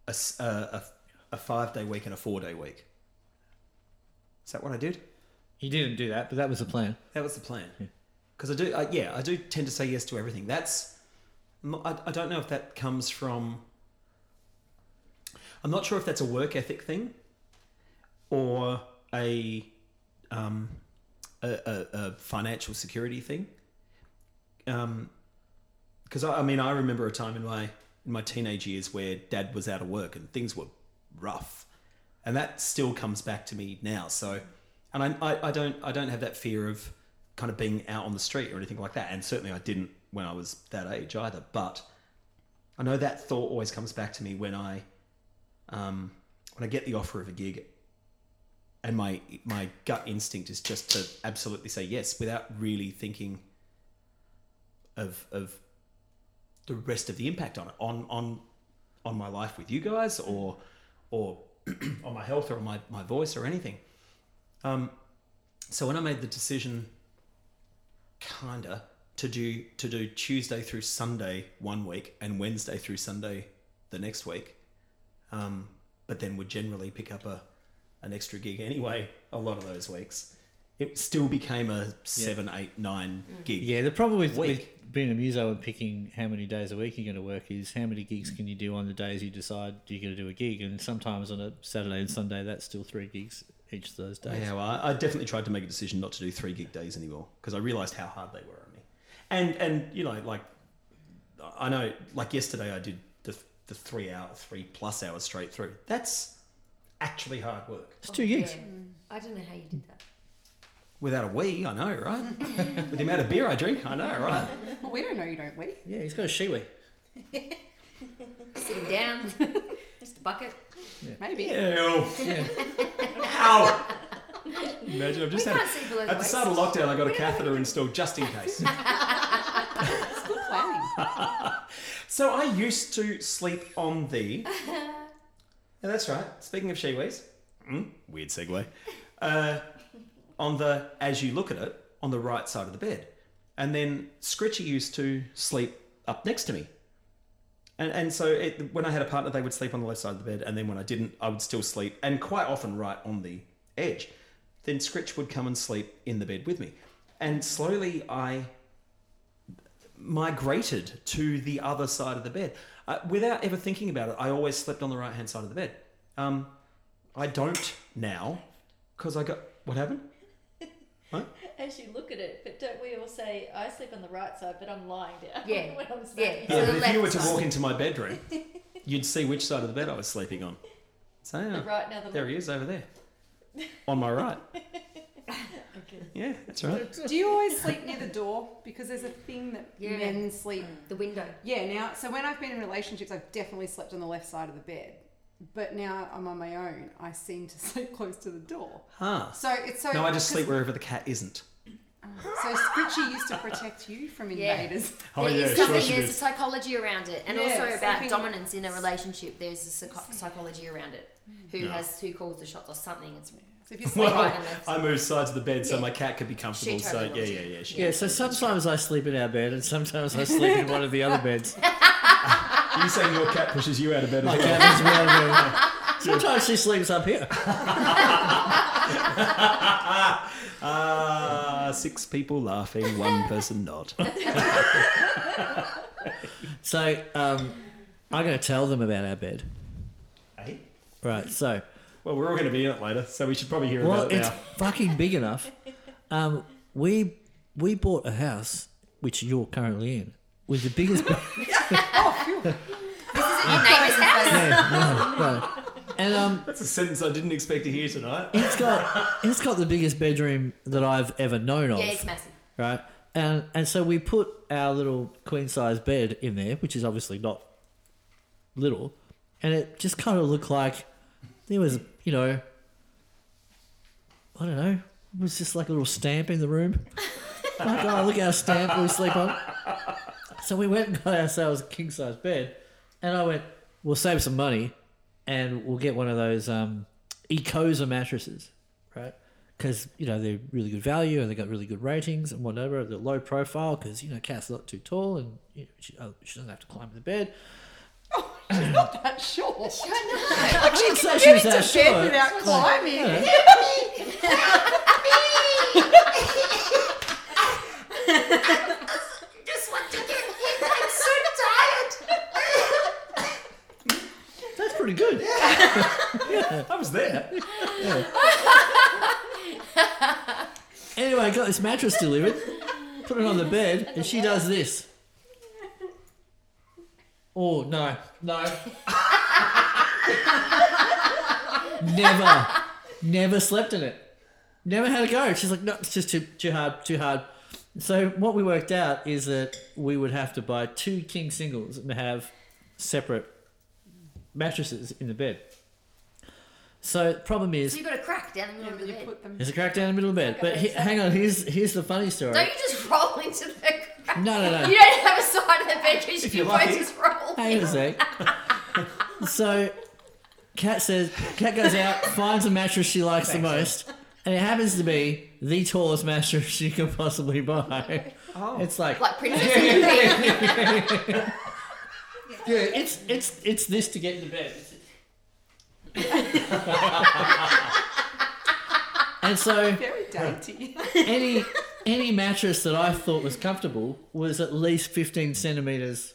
a, s- a- a- a five day week and a four day week. Is that what I did?
He didn't do that, but that was the plan.
That was the plan. Because I do, I, yeah, I do tend to say yes to everything. That's, I'm not- I, I don't know if that comes from. I'm not sure if that's a work ethic thing, or a, um, a, a, a financial security thing. Um, because I, I mean, I remember a time in my in my teenage years where Dad was out of work and things were rough, and that still comes back to me now. So, and I, I, I don't I don't have that fear of kind of being out on the street or anything like that. And certainly I didn't when I was that age either. But I know that thought always comes back to me when I um, when I get the offer of a gig. And my my gut instinct is just to absolutely say yes without really thinking of of the rest of the impact on it on on on my life with you guys or or on my health or my, my voice or anything um so when i made the decision kinda to do to do tuesday through sunday one week and wednesday through sunday the next week um but then would generally pick up a an extra gig anyway a lot of those weeks it still became a seven, eight, nine gig
Yeah, the problem with, with
Week.
being a muso and picking how many days a week you're going to work is how many gigs can you do on the days you decide you're going to do a gig, and sometimes on a Saturday and Sunday that's still three gigs each of those days.
Yeah, well, I- I definitely tried to make a decision not to do three gig days anymore because I realised how hard they were on me. And and you know, like I know, like yesterday I did the the three hour, three plus hours straight through. That's actually hard work.
It's two gigs.
Yeah. I don't know how you did that.
Without a wee, I know, right? With the amount of beer I drink, I know, right?
Well, we don't know you don't we
Yeah, he's got a shiwi.
Sitting down, just a bucket.
maybe
Ew. Ow. Imagine I've just
We
had.
can't see below
a-
the
At the start of
waist.
lockdown, I got a catheter installed just in case. So I used to sleep on the. Yeah, that's right. Speaking of shiwis, mm, weird segue. Uh, on the as you look at it, on the right side of the bed, and then Scritchy used to sleep up next to me. And, and so it, when I had a partner, they would sleep on the left side of the bed, and then when I didn't, I would still sleep, and quite often right on the edge. Then Scritch would come and sleep in the bed with me, and slowly I migrated to the other side of the bed uh, without ever thinking about it. I always slept on the right hand side of the bed. Um, I don't now because I got what happened.
As you look at it, but don't we all say, I sleep on the right side, but I'm lying down
Yeah.
when I'm
Yeah.
saying
So
Yeah,
the
but if you
left
were to
side.
walk into my bedroom, you'd see which side of the bed I was sleeping on. So yeah,
Right now, the
there he is over there, on my right. Yeah, that's right.
Do you always sleep near the door? Because there's a thing that
Yeah.
men sleep.
Mm.
The window.
Yeah, now, so when I've been in relationships, I've definitely slept on the left side of the bed. But now I'm on my own, I seem to sleep close to the door.
Huh.
So it's so.
No, I just sleep wherever the cat isn't.
So Scritchy used to protect you from
Yeah.
invaders.
Oh,
There
yeah,
is
sure
something,
she
there's a
did.
psychology around it, and
Yeah,
also about
something-
dominance in a relationship. There's a psycho- psychology around it. Who has who calls the shots or something? It's
So if you sleep
Well,
on
Right and left.
I moved sides of the bed so
Yeah.
my cat could be comfortable. so
totally
yeah,
loves
yeah,
you.
yeah. She
Yeah, so sometimes I sleep in our bed and sometimes I sleep in one of the other beds.
Are you saying your cat pushes you out of bed?
My
as well?
cabin's around her. Sometimes she sleeps up here.
Ah, six people laughing, one person not.
So um, I'm going to tell them about our bed.
hey?
Right, so.
Well, we're all going to be in it later, so we should probably hear
Well,
about it
it's
now.
fucking big enough. Um, we we bought a house, which you're currently in, with the biggest bed.
Is it your neighbour's house?
And um,
That's a sentence I didn't expect to hear tonight.
it's got it's got the biggest bedroom that I've ever known of.
Yeah, it's massive.
right? And and so we put our little queen size bed in there, which is obviously not little, and it just kind of looked like there was, you know, I don't know, it was just like a little stamp in the room. like, oh, look at our stamp that we sleep on. So we went and got ourselves a king size bed, and I went, we'll save some money, and we'll get one of those um, Ecosa mattresses, right? Because you know they're really good value and they got really good ratings and whatever. They're low profile because you know Kath's not too tall and you know, she, oh, she doesn't have to climb the bed.
not that short.
I didn't say Oh, she was
Get into
that
bed
short.
without climbing.
Just want to get hit. I'm so tired.
That's pretty good.
I was there.
Anyway, I got this mattress delivered, put it on the bed, and she does this. Oh, no, no. never, never slept in it. Never had a go. She's like, no, it's just too, too hard, too hard. So, what we worked out is that we would have to buy two king singles and have separate mattresses in the bed. So, problem is,
So you got a crack down the middle of the
You
bed.
put them.
there's a crack down the middle of the bed. But he, hang on, here's here's the funny story.
Don't you just roll into the crack?
No, no, no.
You don't have a side of the bed because you
you're
both
lucky.
just roll.
Hang on a sec. so, Kat says, Cat goes out, finds a mattress she likes the most, and it happens to be the tallest mattress she could possibly buy. It's like,
Like Princess and the Pea.
yeah, it's it's it's this to get into bed. and so,
Very dainty.
any any mattress that I thought was comfortable was at least fifteen centimeters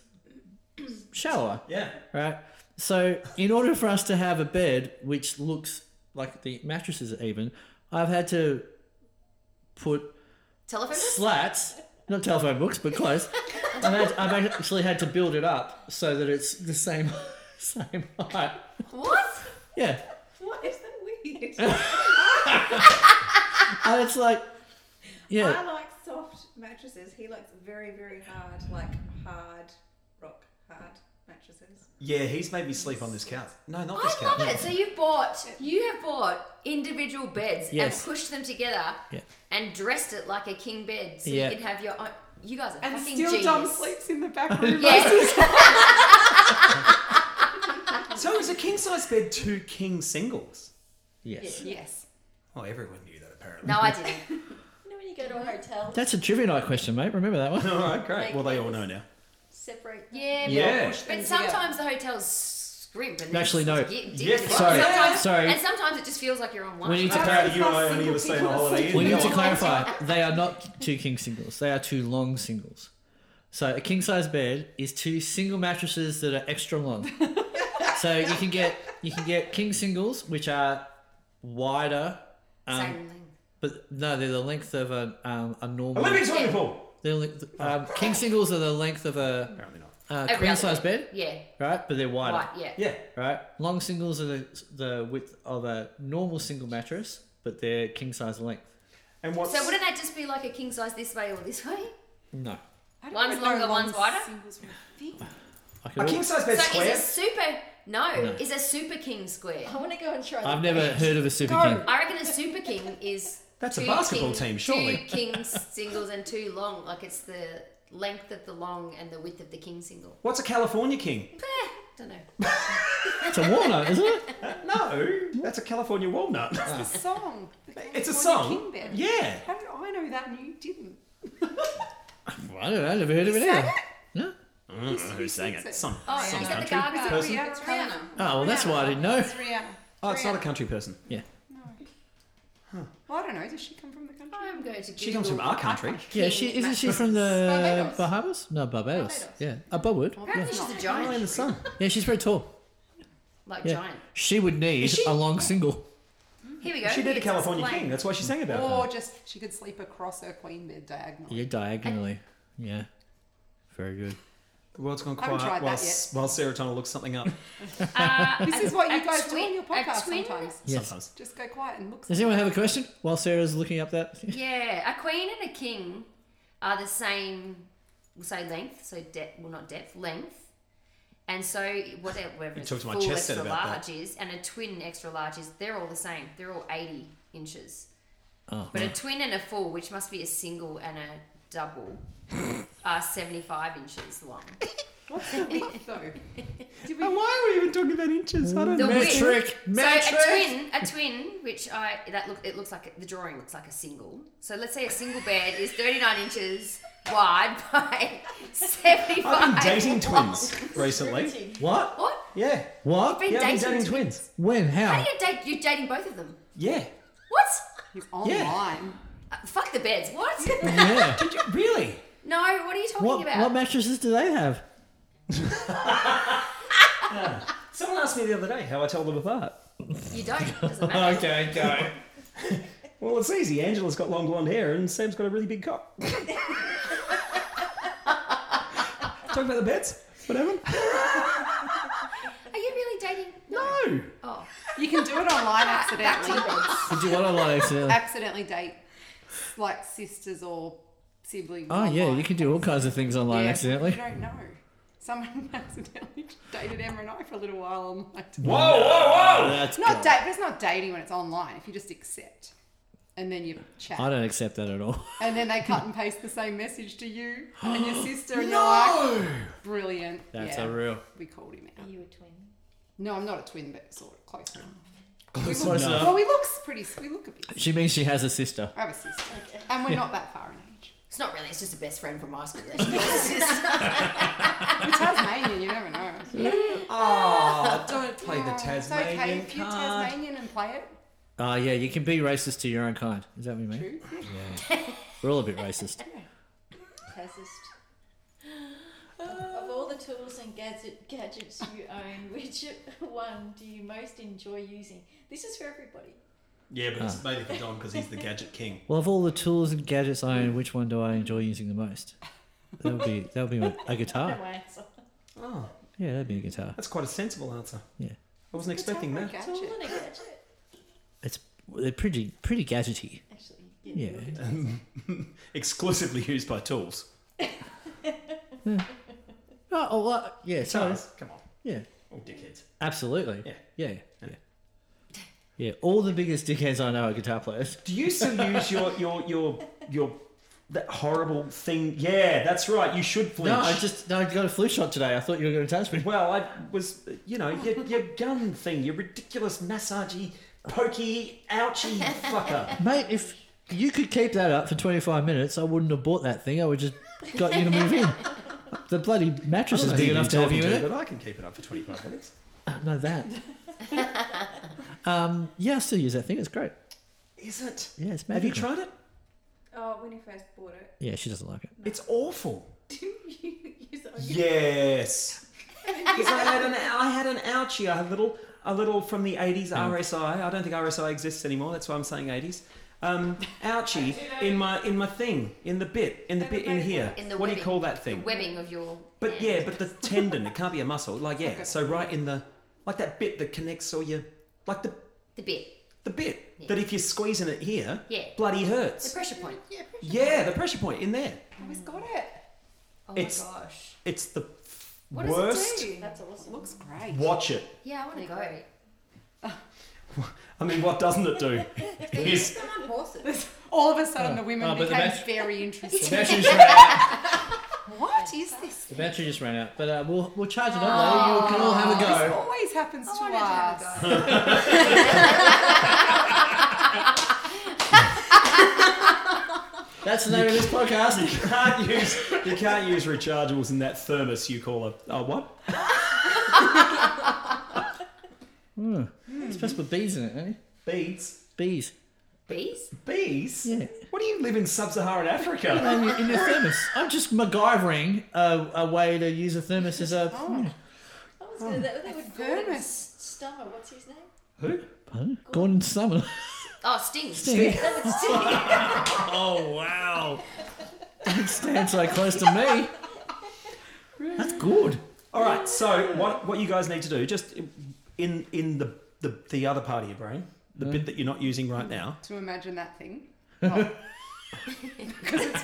shallower.
Yeah.
right? So, in order for us to have a bed which looks like the mattresses are even, I've had to put
Telephone book?
slats, not telephone books, but close. I've, had, I've actually had to build it up so that it's the same same height.
What?
Yeah,
Why is that weird?
and it's like,
I
yeah,
like soft mattresses. He likes very, very hard, like hard rock, hard mattresses.
Yeah, he's made me sleep on this couch. No, not this
I love
couch.
it. So you bought, you have bought individual beds
Yes.
and pushed them together
Yeah.
and dressed it like a king bed so
Yeah.
you could have your own. you guys are
And
fucking
still
genius.
Dom sleeps in the back room.
Yes.
So it was a king size bed, two king singles.
Yes.
yes.
Oh, everyone knew that apparently.
No, I didn't.
You know when you go to a hotel,
That's a trivia night question, mate. Remember that one?
All right, great. Well, they all know now.
separate.
Yeah. but-
Yeah.
But sometimes the hotels scrimp and
Actually, no.
Yes,
Yes,
sorry,
Sometimes,
sorry.
And sometimes it just feels like you're on one.
We need to
Apparently, you and I only ever stay on a holiday.
We
Inn.
need
Go
to
on.
clarify. They are not two king singles. They are two long singles. So a king size bed is two single mattresses that are extra long. so you can get you can get king singles, which are wider, um,
Same thing.
but no, they're the length of a um, a normal.
Olympic swimming pool.
They're li- um, king singles are the length of a
Apparently not.
uh,
Every
queen
other
size bed,
Yeah.
right? But they're wider,
Right. Yeah.
Yeah.
right? Long singles are the, the width of a normal single mattress, but they're king size length.
And what's
So wouldn't that just be like a king size this way or this way?
No,
I don't
One's
even know
longer,
long
one's wider?
singles were a thing.
I could.
a king size bed
so
square?
is a super no,
No.
Is a super king square?
I want to go and try.
I've
the
never
bed.
heard of a super
Go.
king.
I reckon a super king is
That's a
two
basketball
king-
team, surely.
Two king singles and two long. Like it's the length of the long and the width of the king single.
What's a California king?
Eh, don't know.
It's a walnut, isn't it?
No, that's a California walnut.
It's a song. The
It's a
California
song.
King Bed.
Yeah.
How did I know that and you didn't?
Well, I don't know. I never heard of it either. No.
I don't know who sang
sings
it.
it?
Some,
Oh,
some
is that the
country
Gaga?
person.
Yeah,
It's
Rihanna.
Rihanna.
Oh well, that's why I didn't know.
It's Rihanna.
Oh, it's not a
Rihanna.
country person.
Yeah.
Well, I don't know. Does she come from the country?
I'm going to.
She comes from
Google
our country.
Yeah,
king
she isn't she
matches.
from the
Barbados.
Bahamas? No, Barbados.
Barbados.
Yeah, uh, Barwood.
Apparently she's a giant.
in the sun.
Yeah, she's very tall.
Like
Yeah,
giant.
she would need a long single.
Here we go.
She did a
It's
California
explained.
king. That's why she sang about
Oh.
Or
it.
just she could sleep across her queen bed diagonally.
Yeah, diagonally. Yeah, very good.
The world's gone
Haven't
quiet
tried that
while,
yet.
s- while Sarah Tunnel looks something up
Uh,
This
a-
is
a
what you guys do on
twin-
your
a
podcast
twin-
sometimes.
Yes.
sometimes.
Just go quiet and look.
Does anyone have a question while Sarah's looking up that?
Yeah, a queen and a king are the same, we'll say length, so depth, well, not depth, length. And so, whatever, whatever
You
it's
talked to my
full
chest
extra
set about that.
large is, and a twin extra large is, they're all the same. They're all 80 inches.
Oh,
But a twin and a full, which must be a single and a double, are 75 inches long.
What's the width though? Did we?
And why are we even talking about inches? I don't
The
know.
width-
Metric,
So
metric.
a twin, a twin, which I that look it looks like the drawing looks like a single. So let's say a single bed is 39 inches wide by 75.
I've been dating
long.
twins recently.
Parenting.
What?
What?
Yeah.
What?
You've
Yeah,
been
I've been
dating
dating
twins?
twins.
When?
How
How?
do you date? You're dating both of them.
Yeah.
What?
He's online.
Yeah.
Uh, fuck the beds. What?
Yeah.
Did you really?
no. What are you talking
What,
about?
what mattresses do they have?
Someone asked me the other day how I tell them apart.
you don't. It doesn't matter.
go. well, it's easy. Angela's got long blonde hair, and Sam's got a really big cock. Talk about the bets. What happened?
Are you really dating?
No.
Oh,
You can do it online accidentally.
Did you want a lot accidentally?
accidentally date like sisters or siblings.
Oh yeah,
online.
you can do all kinds of things online
Yeah,
accidentally.
You don't know. Someone accidentally dated Emma and I for a little while online.
whoa,
That's
It's not
good.
date, but it's not dating when it's online. If you just accept, and then you chat,
I don't accept that at all.
and then they cut and paste the same message to you and your sister, and you're like, brilliant.
That's
yeah,
unreal.
We called him out.
Are you a twin?
No, I'm not a twin, but sort of close enough.
Close
Close
enough.
Well, we look pretty. We look a bit.
She means she has a sister.
I have a sister, and we're not that far in age.
it's not really. It's just a best friend from high school. It's just-
We're Tasmanian, you never know.
Oh, don't play the
it's okay
Tasmanian
if you
card.
Tasmanian and play it.
Oh yeah, you can be racist to your own kind. Is that what you mean?
True.
We're all a bit racist.
Tassist. Of all the tools and gadget, gadgets you own, which one do you most enjoy using? This is for everybody.
Yeah, but it's mainly for Dom because he's the gadget king.
Well, of all the tools and gadgets I own, which one do I enjoy using the most? That would be that would be my- a
No
guitar.
answer.
Oh,
Yeah, that'd be a guitar.
that's quite a sensible answer.
Yeah,
I wasn't expecting
It's
that.
not a
Tool
gadget.
and a gadget.
it's they're pretty pretty gadgety.
Actually,
Yeah,
look at
Exclusively used by tools.
oh, oh well, yeah, so
Guitars. Come on.
yeah,
All dickheads.
absolutely.
Yeah.
yeah, yeah, yeah. All the biggest dickheads I know are guitar players.
Do you still use your your your your That horrible thing. Yeah, that's right. You should flinch.
No, I just no, I got a flu shot today. I thought you were going to touch me.
Well, I was, you know, your, your gun thing, your ridiculous massagey, pokey, ouchy fucker.
Mate, if you could keep that up for 25 minutes, I wouldn't have bought that thing. I would just got you to move in. The bloody mattress is big enough to have you in it.
But I can keep it up for 25 minutes.
No, that. um, yeah, I still use that thing. It's great.
Is it?
Yeah, it's
Have you
magical.
tried it?
Oh, when you first bought it.
Yeah, she doesn't like it.
It's awful.
Didn't you use it on your-
Yes. Because I had an I had an ouchie, I had a little a little from the eighties
Mm.
RSI. I don't think RSI exists anymore. That's why I'm saying eighties. Um, ouchie in my in my thing in the bit in the bit in here.
In the
what do you
webbing.
call that
The
thing?
webbing of your.
But yeah, but the tendon. It can't be a muscle. Like yeah. So right in the like that bit that connects all your like the
The bit.
the bit that if you're squeezing it here,
Yeah.
bloody
The
hurts.
pressure point.
yeah, the pressure point in there.
Always got it.
Oh
It's-
my gosh.
It's the
What
worst.
does it do?
That's awesome.
Looks great.
Watch it.
Yeah, I want to go.
I mean, what doesn't it do? Is
Someone horses.
All of a sudden, the women
Oh, but the
became
match-
very
The
interested.
battery just ran out.
what is this?
The battery just ran out. But uh, we'll, we'll charge it up later. You can all have a
This
go.
always happens to
I
us.
wanted to have a go.
That's the name of this podcast.
can't use you can't use rechargeables in that thermos you call a, a what?
It's supposed to put bees in it, eh?
Beads.
Bees.
Bees?
Bees?
Yeah.
What do you live in sub-Saharan Africa?
In your, in your thermos. I'm just MacGyvering a, a way to use a thermos as a.
I was gonna, that, that would Gordon
thermos.
Stummer. What's his name?
Who?
Pardon? Gordon Summer.
Oh, sting.
That would still
Oh, wow.
Stand so close to me. That's good.
All right. So what what you guys need to do just in in the the, the other part of your brain, the bit that you're not using right now.
To imagine that thing. Oh. Because it's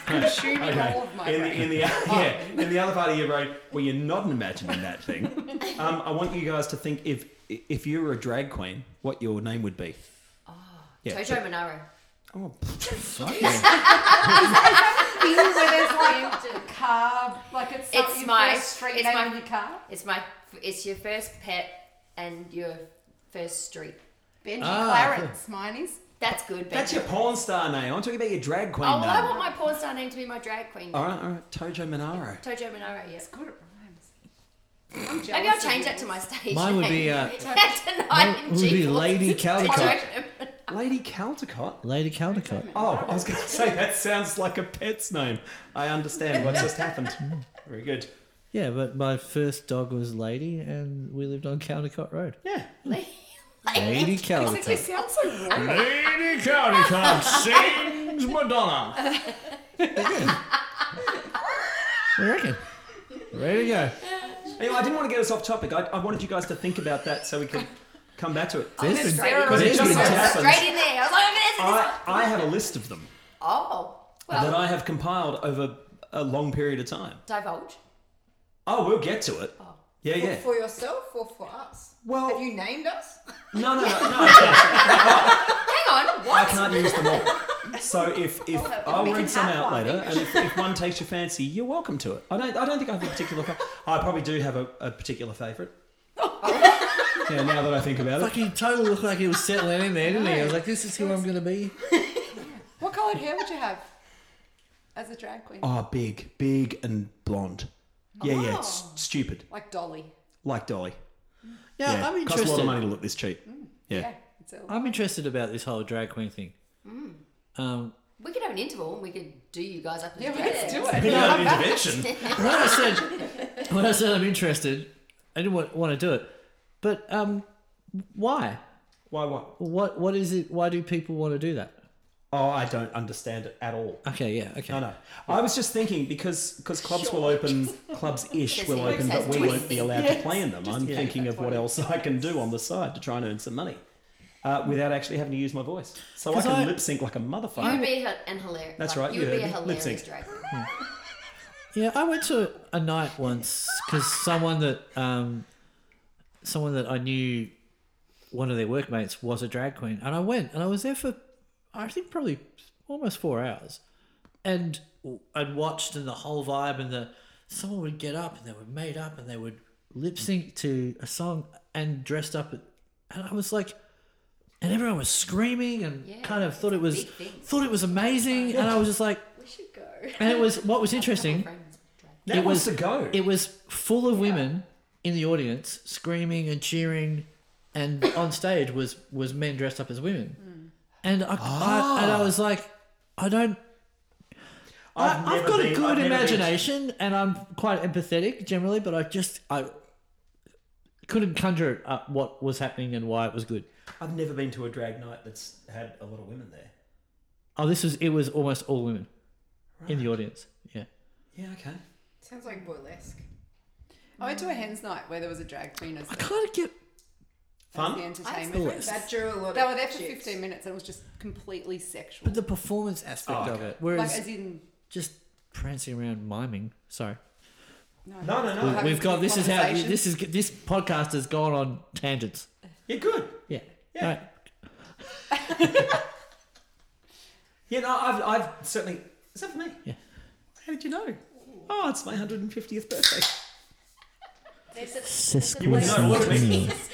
consuming all of my
in the,
brain.
in the yeah in the other part of your brain where you're not imagining that thing. Um, I want you guys to think if if you were a drag queen, what your name would be.
Oh,
Yeah,
Jojo Monaro.
Oh,
thing where there's like
be
a car, like it's, some-
It's
your
my-
first street
it's
name
my-
of your car.
It's my. It's your first pet and your first street.
Benji
Ah,
Clarence, mine is.
That's good.
That's your
Benji.
porn star name. I'm talking about your drag queen
Oh,
name.
well,
Oh.
I want my porn star name to be my drag queen.
all right, all right. Tojo Monaro.
Tojo Monaro. Yeah.
It's good, it rhymes. I'm
Maybe I'll
jealous of
change
you.
that to my stage.
Mine would be,
name.
uh,
Tonight
mine
in
would be
G4.
Lady Caldecott.
Jojo-
Lady Caldecott.
Lady Caldecott.
Oh, I was going to say that sounds like a pet's name. I understand what just happened. Very good.
Yeah, but my first dog was Lady, and we lived on Caldecott Road.
Yeah.
Lady
It
Caldecott.
sounds so wrong.
Lady Caldecott sings Madonna.
What do you reckon? Ready to go.
Anyway, I didn't want to get us off topic. I, I wanted you guys to think about that so we could come back to it.
There's been-
Straight in
But
there.
it just
happens.
Straight in there. I was like, "Oh, there's this
I, I have a list of them
Oh,
that
well,
I have compiled over a long period of time.
divulge.
Oh, we'll get to it. Yeah, yeah.
For yourself or for us?
Well-
have you named us?
No, no, no, no.
Hang on,
I
what?
can't use them all. So if, if I'll
we
read
can
some
have
out
one.
later, and if, if one takes your fancy, you're welcome to it. I don't I don't think I have a particular. Fa- I probably do have a, a particular favourite. yeah, now that I think about it,
Fucking totally looked like he was settling in there, didn't he? I was like, this is who I'm going to be.
What coloured hair would you have as a drag queen?
oh, big, big and blonde. Yeah, yeah, it's stupid.
Like Dolly.
Like Dolly.
Now,
yeah,
I'm
costs a lot of money
interested.
to look this cheap. yeah.
Yeah, it's all.
I'm interested about this whole drag queen thing. Um,
We could have an interval and we could do you guys up.
Yeah,
as a
let's
duet.
do it.
Bit of an intervention.
when I said when I said I'm interested, I didn't want, want to do it. But um, why?
Why? What?
What what is it? Why do people want to do that?
Oh, I don't understand it at all.
Okay, yeah, okay.
No, no. I was just thinking because because clubs will open, clubs ish will
Yes,
open, but we
yes.
won't be allowed to play in them. I'm thinking of what else I can do on the side to try and earn some money uh, without actually having to use my voice. So I
'Cause
can
I-
lip sync like a
You would
motherfucker.
be a- an hilarious.
That's
like,
right,
You
you
would be a
heard me. Lip
hilarious
sync.
drag. queen.
Yeah, I went to a night once because someone that um, someone that I knew, one of their workmates was a drag queen, and I went and I was there for, I think probably almost four hours, and and watched and the whole vibe and the someone would get up and they would made up and they would lip sync to a song and dressed up and I was like and everyone was screaming and
Yeah,
kind of thought it was
big thing.
thought it was amazing and I was just like
We should go.
and it was what was interesting
Friends, drag.
That
it
wants
was
to go.
It was full of women in the audience screaming and cheering, and on stage was was men dressed up as women, and I, I and I was like, I don't.
I've
I, I've
never
got
been-
a good
I've never been-
imagination, and I'm quite empathetic generally, but I just I couldn't conjure up what was happening and why it was good.
I've never been to a drag night that's had a lot of women there.
Oh, this was it was almost all women in the audience. Yeah,
Yeah, okay.
Sounds like burlesque.
I went to a hens night where there was a drag queen as
I
the,
kind of get
as the
Fun.
entertainment.
That drew a lot
They
of
were there for
chicks.
15 minutes and it was just completely sexual.
but the performance aspect
Oh,
of
okay.
it, whereas
like, as in,
just prancing around miming. Sorry.
No, no, no.
We've-
We've got this is how
Conversation.
this is this podcast has gone on tangents.
You're good.
Yeah.
Yeah.
Alright.
Yeah, no, I've, I've certainly. Is that for me?
Yeah.
How did you know? Oh, it's my 150th birthday.
There's a, there's a
You would
place-
know what it means.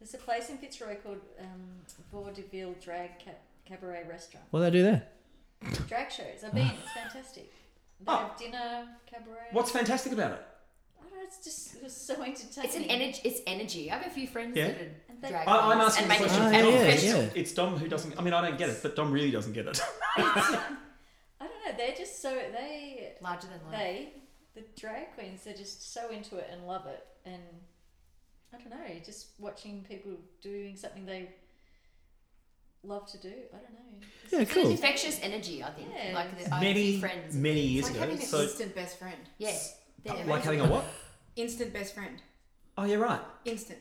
There's a place in Fitzroy called um, Vaudeville Drag Ca- Cabaret Restaurant.
What did I do there?
Drag shows. I've been. It's fantastic. They
Oh.
have dinner, cabaret.
What's fantastic about it?
I don't know, it's just it was so entertaining.
It's an energy. It's energy. I have a few friends
Yeah.
that
And
are
they-
drag
I, I'm
queens
asking
and
the
make
question.
Ah,
and
yeah,
professional-
yeah.
It's, it's Dom who doesn't. I mean, I don't get it, but Dom really doesn't get it.
I don't know. They're just so they
larger than life.
they the drag queens. They're just so into it and love it. And I don't know. Just watching people doing something they love to do. I don't know.
Yeah,
It's an
cool.
infectious energy, I think.
Yeah.
Like the, I have a few
many,
friends.
many
It's
years
like
ago.
having an
So,
instant best friend.
yeah, they're
like
amazing.
having a what?
Instant best friend.
Oh, you're right.
Instant.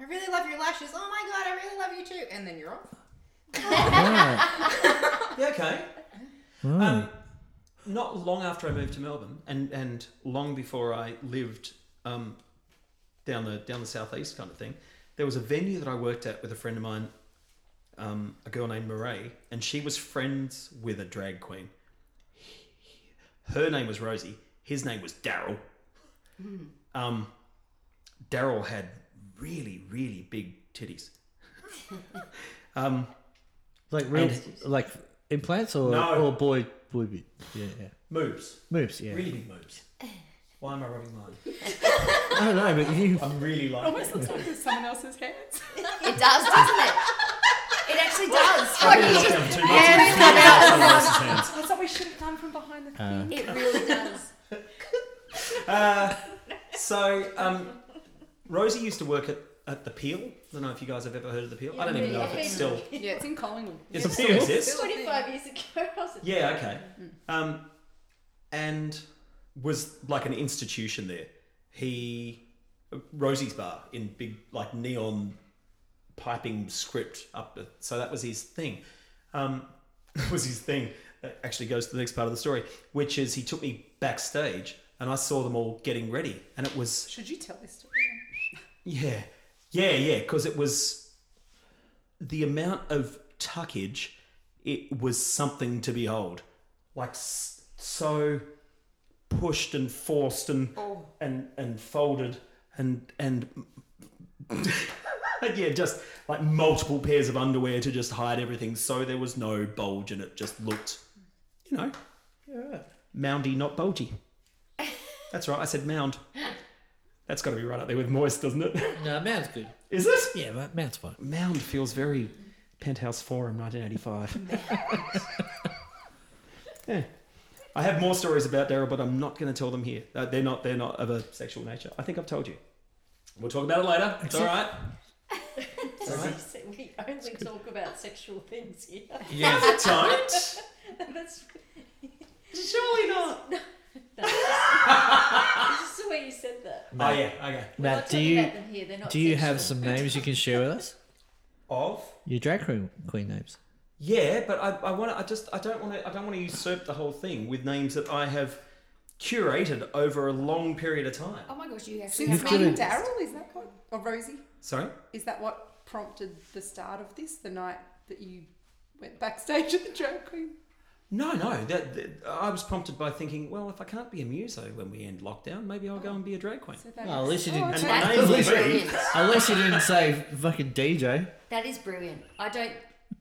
I really love your lashes. Oh my god, I really love you too. And then you're off.
Alright.
Yeah, okay.
Alright.
Um, not long after I moved to Melbourne, and, and long before I lived um, down the down the southeast kind of thing, there was a venue that I worked at with a friend of mine, um, a girl named Marae, and she was friends with a drag queen. Her name was Rosie. His name was Daryl. Um, Daryl had really really big titties. um,
like real
and-
like implants or
No.
or boy boy be- yeah, yeah.
moves,
Moves, yeah.
really big moves. Why am I rubbing mine?
I don't know, but you
I'm really like.
almost looks like it's someone else's hands.
It does, doesn't it? It actually does.
That's what we should have done from behind the
Uh,
curtain.
it really does.
Uh, so, um, Rosie used to work at, at the Peel. I don't know if you guys have ever heard of the Peel. I don't even know if it's still.
yeah, it's in Collingwood.
Does it still exist?
Twenty five years ago, I was at
Yeah, okay. Um, and was like an institution there. He, Rosie's bar in big like neon piping script up. So that was his thing. Um, was his thing. That actually goes to the next part of the story, which is he took me backstage and I saw them all getting ready, and it was
Should you tell this story?
yeah, yeah, yeah. Because it was the amount of tuckage. It was something to behold, like s- so pushed and forced and and and folded and and yeah, just like multiple pairs of underwear to just hide everything, so there was no bulge and it just looked, you know, moundy, not bulgy. That's right. I said mound. That's got to be right up there with moist, doesn't it?
No, Mount's good.
Is it?
Yeah, but Mount's fine.
Mound feels very Penthouse Forum 1985. yeah. I have more stories about Daryl, but I'm not going to tell them here. Uh, they're not. They're not of a sexual nature. I think I've told you. We'll talk about it later. It's all right. It's all right.
We only talk about sexual things here.
Yes, don't.
That's
Surely not.
It's just the way you said that.
Oh yeah. Okay.
We're
Matt,
not
do
talking
you
about them here. They're not
do you
sexual.
have some names you can share with us?
Of.
Your drag queen queen names.
Yeah, but I, I want to. I just. I don't want to. I don't want to usurp the whole thing with names that I have curated over a long period of time.
Oh my gosh, you actually have
Since
You've got
meeting
a-
Daryl, is that what? Or Rosie?
Sorry.
Is that what prompted the start of this? The night that you went backstage at the drag queen?
No, no. That, that- I was prompted by thinking, well, if I can't be a muso when we end lockdown, maybe I'll go and be a drag queen.
So that
Well, at least you
Oh,
didn't-
okay.
And my name
That's
will be.
brilliant.
Unless you didn't say fucking DJ.
That is brilliant. I don't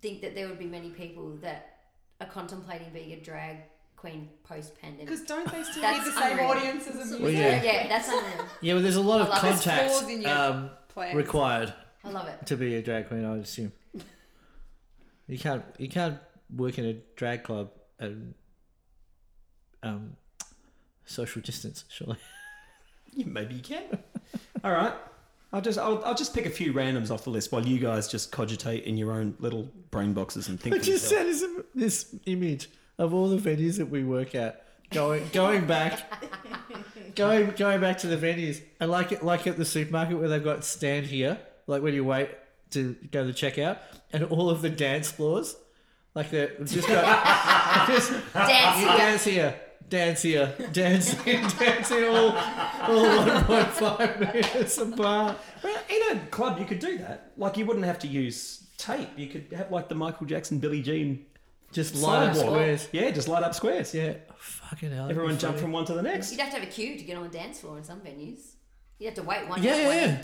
think that there would be many people that are contemplating being a drag queen post pandemic.
Because don't they still
That's
need the same
unreal.
audience as a
Well,
music?
yeah.
Yeah, that's unreal.
Yeah, but there's a lot of
love it. There's
contacts
flaws in your
um,
plan?
required
I love it.
to be a drag queen. I would assume you can't you can't work in a drag club and um, social distance. Surely
Yeah, maybe you can. All right. I'll just I'll, I'll just pick a few randoms off the list while you guys just cogitate in your own little brain boxes and think.
I
for
just
yourself.
said this, this image of all the venues that we work at going going back going going back to the venues and like it like at the supermarket where they've got stand here like when you wait to go to checkout and all of the dance floors like they're just got just
Dancing.
dance here dance here dance here dance here all, all 1.5 minutes apart
Well, in a club, you could do that. Like you wouldn't have to use tape. You could have like the Michael Jackson, Billie Jean
just line up
sidewalk.
squares
Yeah, just light up squares.
yeah fucking hell
Everyone jump from one to the next.
You'd have to have a queue to get on the dance floor in some venues. You'd have to wait one
yeah
hour.
yeah,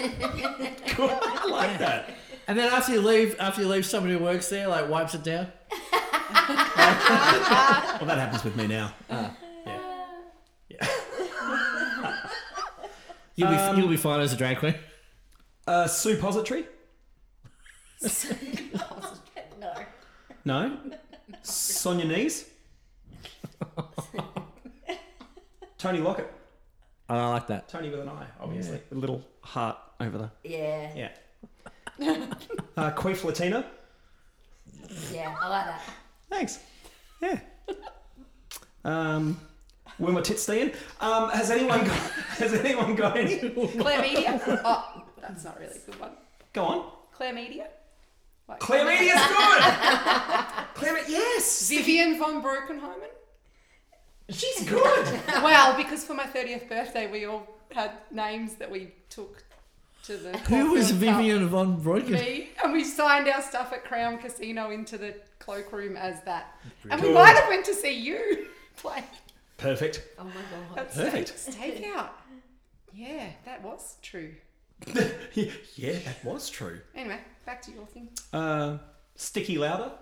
yeah.
Cool. I like that.
And then after you leave, after you leave, somebody who works there like wipes it down.
Well, that happens with me now. Ah, yeah. Yeah.
You'll be you'll be fine as a drag queen.
Uh, suppository?
No.
No. On your knees? Tony Lockett.
I like that.
Tony with an eye, obviously. A little heart over there.
Yeah,
Yeah. uh, Queef Latina.
yeah, I like that.
Thanks. Yeah. Um, where my tits stay in? Um, has anyone got, has anyone got any?
Claire Media? Oh, that's not really a good one.
Go on.
Claire Media? Like,
Claire Media's good. Claire, Me- yes,
Vivian von Brokenheimen?
she's good.
well, because for my 30th birthday, we all had names that we took to the.
Who was
Caulfield
Vivian von
Cup.
Broken?
Me. And we signed our stuff at Crown Casino into the cloakroom as that. And we
Good.
might have went to see you play.
Perfect.
Oh my god.
That's
Perfect.
Takeout. Yeah, that was true.
yeah, that was true.
Anyway, back to your thing.
Uh, sticky louder.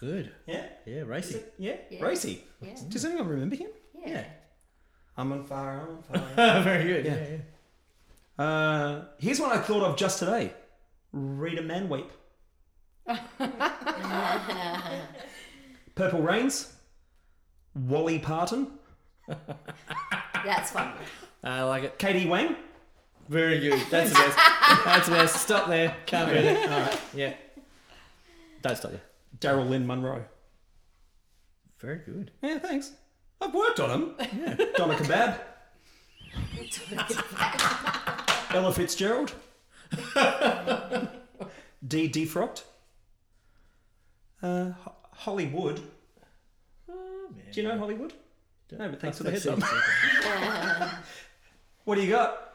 Good.
Yeah.
Yeah,
Is
racy.
it- Yeah.
Yeah.
Racy.
Yeah.
Does anyone remember him?
Yeah.
I'm on fire. I'm on fire.
Very good. Yeah.
Yeah. Uh, here's one I thought of just today. Read a man weep. Purple Rains. Wally Parton.
That's fun.
I like it.
Katie Wang.
Very good. That's the best. That's the best. Stop there. Can't read it. All right. Yeah. Don't stop there.
Daryl Lynn Munro.
Very good.
Yeah, thanks. I've worked on him. Yeah. Donna Kebab. Ella Fitzgerald. D. Defrocked. Uh, Ho- Holly Wood. Do you know Hollywood? No, but thanks for the heads up. What do you got?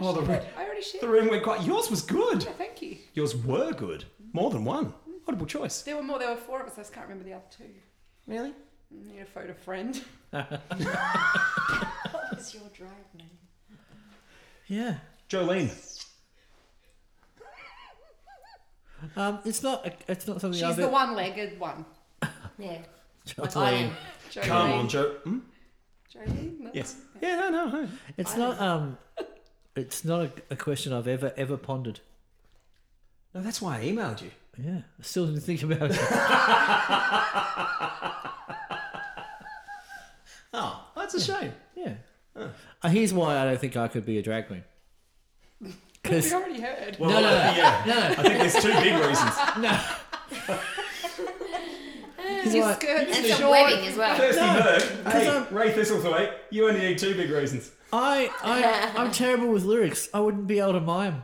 Oh, the, room-
I already shared.
the room went quite. Yours was good.
Yeah, thank you.
Yours were good. More than one. Audible choice.
There were more. There were four of us. I just can't remember the other two.
Really?
I Need a photo friend.
What was your drag name?
Yeah.
Jolene.
Um, it's not. It's not something.
She's
I've e-
the one-legged one.
Yeah.
It's
I am.
Jolene.
Come on, Joe. Hmm?
Jolene. no.
Yes. Yeah, no, no, no.
It's not. Um, it's not a, a question I've ever ever pondered.
No, that's why I emailed you.
Yeah. I still didn't think about it.
Oh, that's a shame.
Yeah. Uh, here's why I don't think I could be a drag queen.
We
Because
already heard.
Well,
No, no, no.
yeah. I think there's two big reasons.
Your skirt
And
is
some
short.
webbing as well.
Kirsty
No,
Berg, hey,
I'm-
Ray Thistlethwaite, you only need two big reasons.
I, I, I'm terrible with lyrics. I wouldn't be able to mime.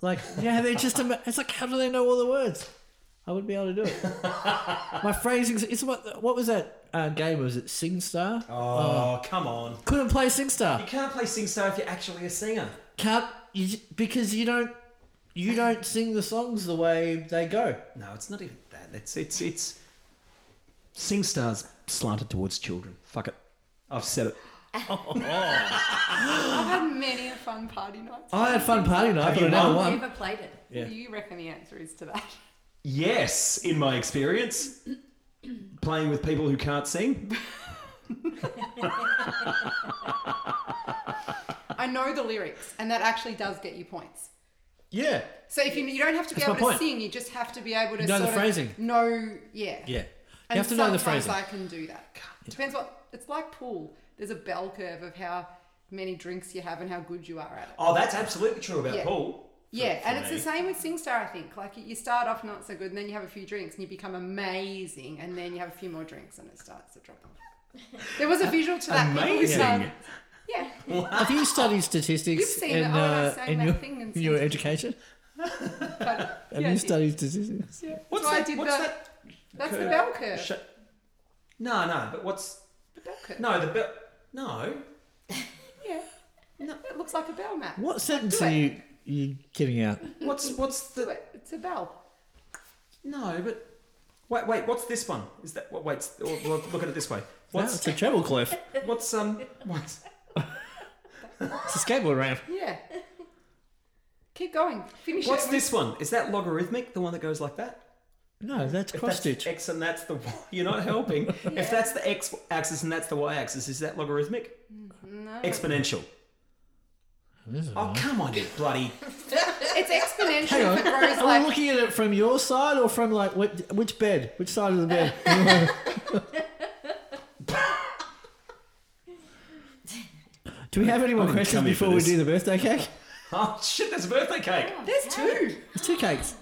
Like, yeah, they just. Ima- it's like, how do they know all the words? I wouldn't be able to do it. My phrasing. It's what. What was that uh, game? Was it SingStar?
Oh, come on.
Couldn't play SingStar.
You can't play SingStar if you're actually a singer.
Can't you? j- Because you don't You don't sing the songs the way they go.
No, it's not even that. It's it's it's SingStar's slanted towards children. Fuck it. I've said it.
I've had many a fun party nights.
I had fun party night, but I never
I've
won.
never played it.
Yeah.
What do you reckon the answer is to that?
Yes, in my experience, playing with people who can't sing.
I know the lyrics, and that actually does get you points.
Yeah.
So if you you don't have to be
That's my
able to
point.
sing, you just have to be able to
Know the
sort of
phrasing.
Know, yeah.
Yeah. You
And
have to know the
sometimes
phrasing.
I can do that. Depends what it's like pool. There's a bell curve of how many drinks you have and how good you are at it.
Oh, that's absolutely true about
Yeah.
Paul.
yeah,
for
and it's
me.
the same with SingStar. I think like you start off not so good, and then you have a few drinks, and you become amazing, and then you have a few more drinks, and it starts to drop off. There was a visual to that. People who
Amazing.
started- Yeah,
Have you studied statistics
You've seen
in,
it. Oh, and I
uh,
sang
in,
that
your,
thing in
in your
Singapore.
education?
but
Have
yeah,
you
it-
studied statistics?
yeah.
What's
so I
that?
did
what's
the-
that?
That's the
curve?
bell curve.
Sh- no, no. But what's
The bell curve.
no the bell? No.
Yeah. No, it looks like a bell map.
What sentence
Do
are
it.
you you giving out?
What's what's
Do
the
it. It's a bell.
no? But wait, wait. What's this one? Is that what? Wait. it's- or- or Look at it this way.
Wow,
What's
it's a treble clef.
what's um what's
It's a skateboard ramp.
Yeah. Keep going. Finish
What's
it.
this one? Is that logarithmic? The one that goes like that?
No, that's
If
cross
that's
stitch.
X and that's the Y. You're not helping. If that's the X axis and that's the Y axis, is that logarithmic?
No.
Exponential. Oh come on, you bloody!
It's exponential
Hang on.
if it grows
Are we
like.
looking at it from your side or from like which, which bed? Which side of the bed? do we have any more
didn't
questions
come here for
before we
this.
do the birthday cake?
Oh shit, there's a birthday cake.
There's two.
It's two cakes.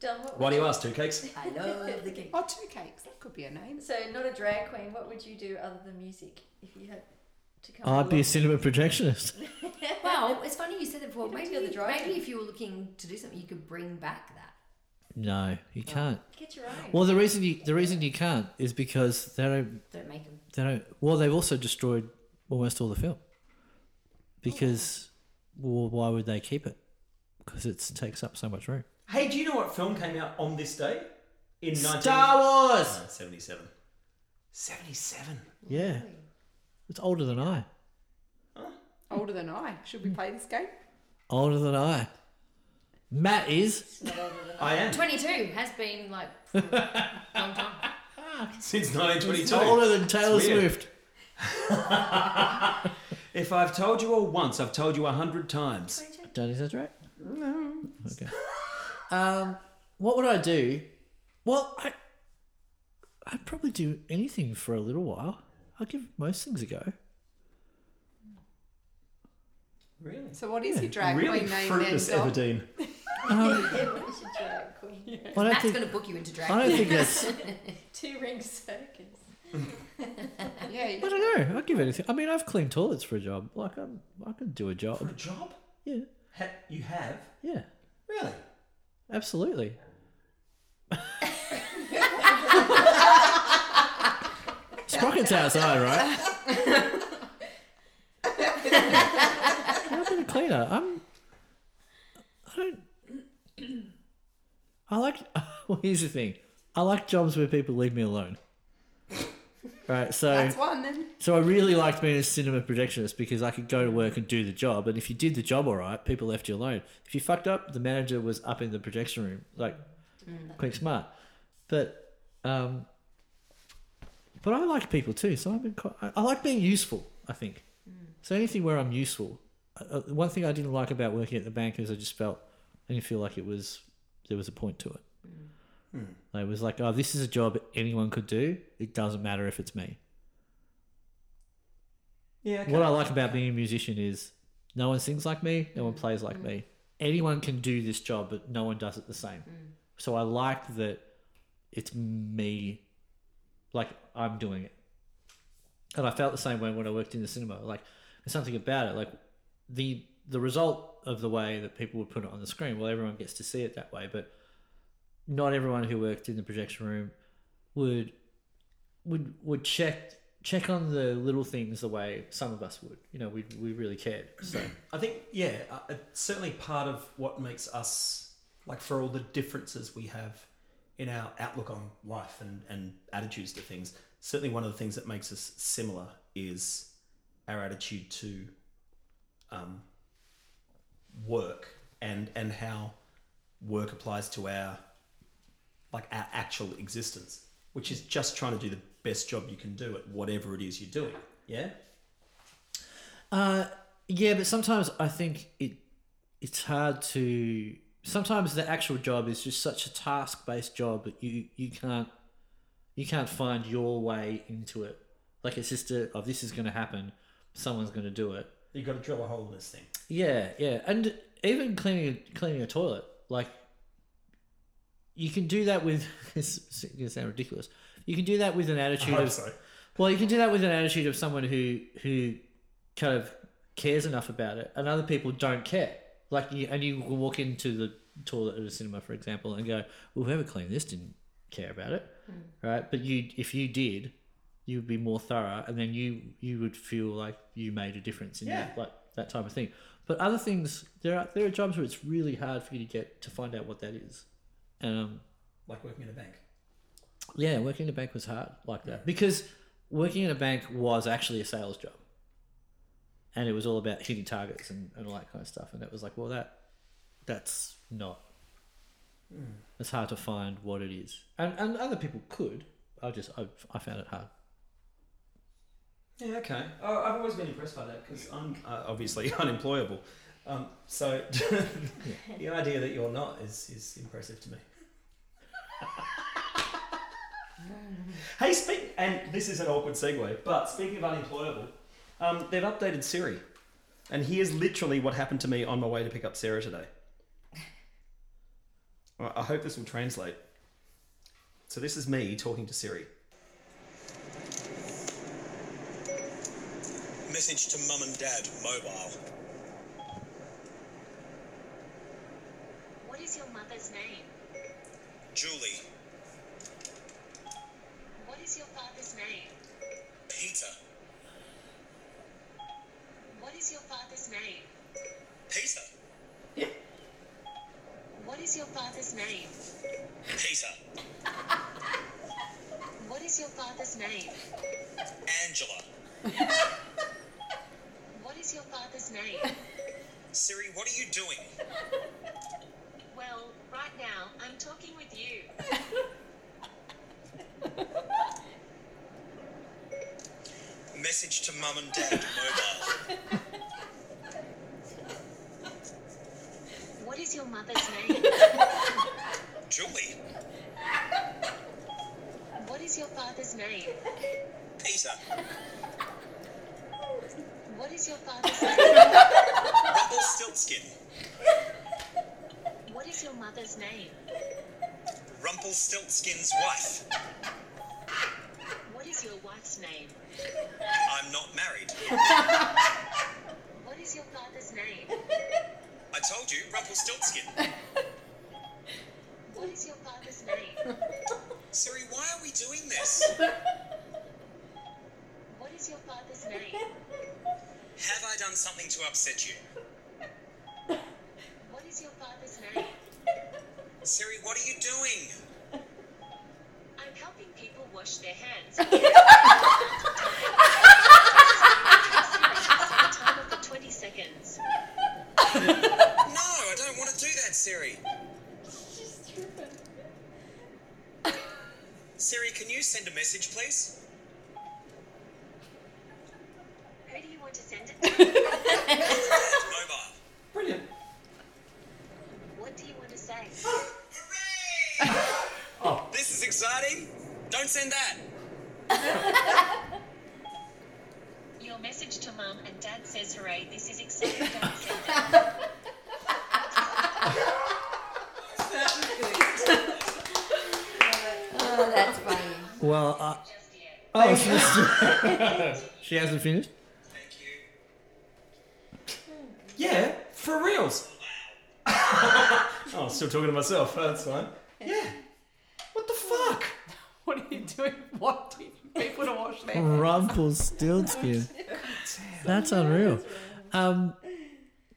Done. What
Why
would
do you ask, two cakes?
I love the game.
Oh, two cakes. That could be a name.
So, not a drag queen. What would you do other than music if you had to come?
I'd be a
along?
cinema projectionist.
Well, it's funny you said that before.
You don't
Maybe,
feel the drive.
maybe if you were looking to do something, you could bring back that.
No, you can't.
Get your own.
Well, the reason you the reason you can't is because they don't
Don't make them.
they don't. Well, they've also destroyed almost all the film because well, why would they keep it? Because it takes up so much room.
Hey, do you know what film came out on this day in Uh,
Star Wars.
1977? 77.
Yeah, it's older than I.
Older than I. Should we play this game?
Older than I. Matt is.
I am
22 has been like long time.
since 1922.
older than Taylor
It's weird.
Swift.
If I've told you all once, I've told you a hundred times.
Don't exaggerate. No. Okay. Um, what would I do? Well, I, I'd probably do anything for a little while. I'll give most things a go.
Really?
So, what is your drag
Really
queen name then?
fruitless,
Dom?
Everdeen.
Get your drag queen.
I don't
Matt's
think.
going to book you into drag.
I don't think that's.
Two ring circus.
Yeah.
I
you-
don't know. I'll give anything. I mean, I've cleaned toilets for a job. Like, I'm, I can do a
For a
job.
job?
Yeah.
Ha- you have?
Yeah.
Really?
Absolutely. Sprocket's outside, right? I've been a cleaner. I'm. I don't. I like. Well, here's the thing. I like jobs where people leave me alone. Right, so
That's one then.
so I really liked being a cinema projectionist because I could go to work and do the job. And if you did the job all right, people left you alone. If you fucked up, the manager was up in the projection room, like quick smart. But um, but I like people too, so I've been quite, I, I like being useful. I think so. Anything where I'm useful. Uh, uh, one thing I didn't like about working at the bank is I just felt I didn't feel like it was there was a point to it. Like, it was like, oh, this is a job anyone could do. It doesn't matter if it's me.
Yeah. Okay.
What I like about being a musician is no one sings like me,
Mm.
no one plays like me. Anyone can do this job, but no one does it the same.
Mm.
So I like that it's me, like I'm doing it. And I felt the same way when I worked in the cinema. Like there's something about it, like the the result of the way that people would put it on the screen. Well, everyone gets to see it that way, but not everyone who worked in the projection room would would would check check on the little things the way some of us would. You know, we we really cared. So
I think, yeah, uh, it's certainly part of what makes us, like, for all the differences we have in our outlook on life and, and attitudes to things, certainly one of the things that makes us similar is our attitude to um, work and, and how work applies to our, like, our actual existence, which is just trying to do the best job you can do at whatever it is you're doing. Yeah?
Uh, yeah, but sometimes I think it it's hard to. Sometimes the actual job is just such a task based job that you you can't you can't find your way into it. Like it's just a oh this is going to happen, someone's going to do it.
You've got to drill a hole in this thing.
Yeah, yeah, and even cleaning cleaning a toilet, like you can do that with. It's going to sound ridiculous. You can do that with an attitude
hope
of
so.
well, you can do that with an attitude of someone who who kind of cares enough about it, and other people don't care. Like, you, and you will walk into the toilet at a cinema, for example, and go, "Well, whoever cleaned this didn't care about it, right?" But you, if you did, you would be more thorough, and then you you would feel like you made a difference in
Yeah.
that, like that type of thing. But other things, there are there are jobs where it's really hard for you to get to find out what that is. Um,
Like working in a bank.
yeah, working in a bank was hard like that because working in a bank was actually a sales job, and it was all about hitting targets and, and all that kind of stuff. And it was like, well, that that's not. It's hard to find what it is, and and other people could. I just I, I found it hard.
Yeah, okay. Oh, I've always been impressed by that because I'm uh, obviously unemployable. Um, so the idea that you're not is, is impressive to me. hey, speak, and this is an awkward segue, but speaking of unemployable, um, they've updated Siri. And here's literally what happened to me on my way to pick up Sarah today. Well, I hope this will translate. So this is me talking to Siri.
Message to mum and dad, mobile.
What is your mother's name?
Julie,
What is your father's name?
Peter,
What is your father's name?
Peter,
What is your father's name?
Peter,
What is your father's name?
Angela.
What is your father's name?
Siri, what are you doing?
Well, right now, I'm talking with you.
Message to mum and dad, mobile.
What is your mother's name?
Julie,
What is your father's name?
Peter,
What is your father's name?
Rumpelstiltskin,
What is your mother's name?
Rumpelstiltskin's wife.
What is your wife's name?
I'm not married.
What is your father's name?
I told you, Rumpelstiltskin.
What is your father's name?
Siri, why are we doing this?
What is your father's name?
Have I done something to upset you?
What is your father's name?
Siri, what are you doing?
I'm helping people wash their hands. Time of the 20 seconds.
No, I don't want to do that, Siri. Siri, can you send a message, please?
Who do you want to send it to?
Dad, mobile.
Brilliant.
What do you want to say?
Hooray! This is exciting. Don't send that.
Your message to mum and dad says, hooray, this is exciting. Don't send it.
Oh, that's funny.
Well, I,
just yet.
oh, she's, she hasn't finished.
Thank you.
Yeah, for reals. oh, I'm still talking to Uh, myself. That's fine. Yeah. What the fuck?
What are you doing? What did people to wash their
Rumpelstiltskin. That's unreal. Um,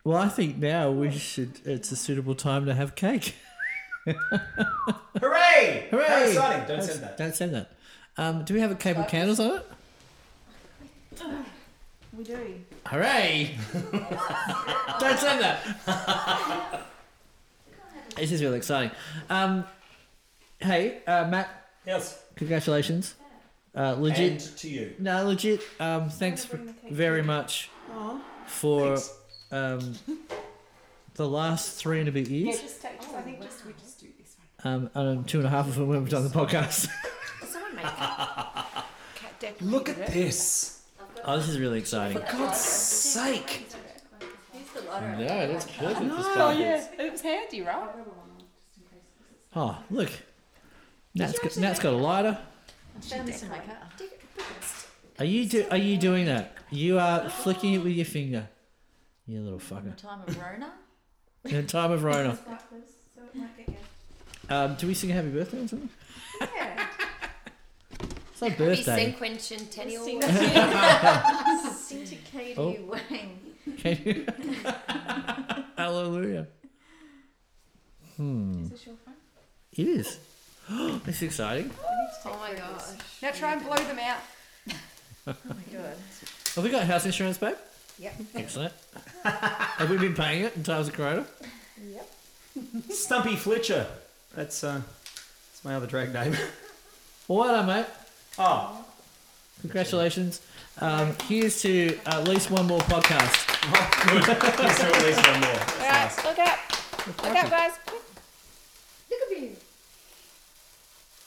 well, I think now we should. It's a suitable time to have cake.
Hooray!
Hooray!
How exciting! Don't send that.
Don't send that. Um, do we have a cake with candles on it?
We do.
Hooray! Don't send that. this is really exciting. Um, hey, uh, Matt,
Yes.
congratulations. Uh, legit.
And to you.
No, legit. Um, thanks
bring the cake
very much for
Thanks.
um, the last three and a bit years.
Just take. I think just we just do this
Um,
one.
and two and a half of them when we've done the podcast.
Oh, Someone make it.
Look at this.
oh, this is really exciting.
For God's sake.
Here's the lottery.
No, that's perfect.
Oh yeah, it was handy, right?
Oh, look. Nat's got, Nat's got a lighter.
I found this in my car.
Are you do, Are you doing that? You are flicking it with your finger. You little
From
fucker.
the time of Rona.
In a time of Rona.
Backwards, so it might get you.
Um, do we sing happy birthday or something?
Yeah.
It's our
Happy
birthday.
cinquentennial.
Sing to- Sing to Katie
Oh.
Wang.
Can you- Hallelujah. Hmm.
Is this your phone?
It is. this is exciting.
Oh my gosh.
Now try and blow them out.
Oh my god.
Have we got house insurance, babe?
Yep.
Excellent. Have we been paying it in times of Corona?
Yep.
Stumpy Fletcher. That's uh, that's my other drag name.
Well, well done, mate.
Oh,
Congratulations. Um, here's to at least one more podcast.
let's do at least one more. That's nice.
Look out! Look out, guys!
Look at me.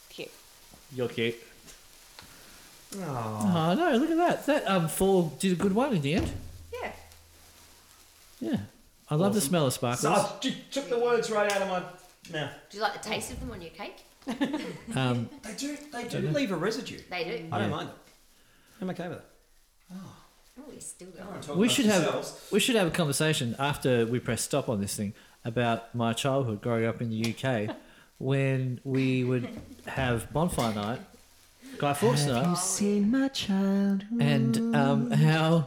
Cute.
You're cute. Oh no! Look at that. That um fall did a good one in the end.
Yeah.
Yeah, I love the smell of
So
sparkles.
I t- took the words right out of my mouth.
Do you like the taste of them on your cake?
Um,
They do. They do leave a residue.
They do.
I don't mind it. I'm okay with it.
Oh, we still got it.
we should have we should have a conversation after we press stop on this thing about my childhood growing up in the UK when we would have bonfire night, Guy Fawkes night,
seen my childhood.
and um, how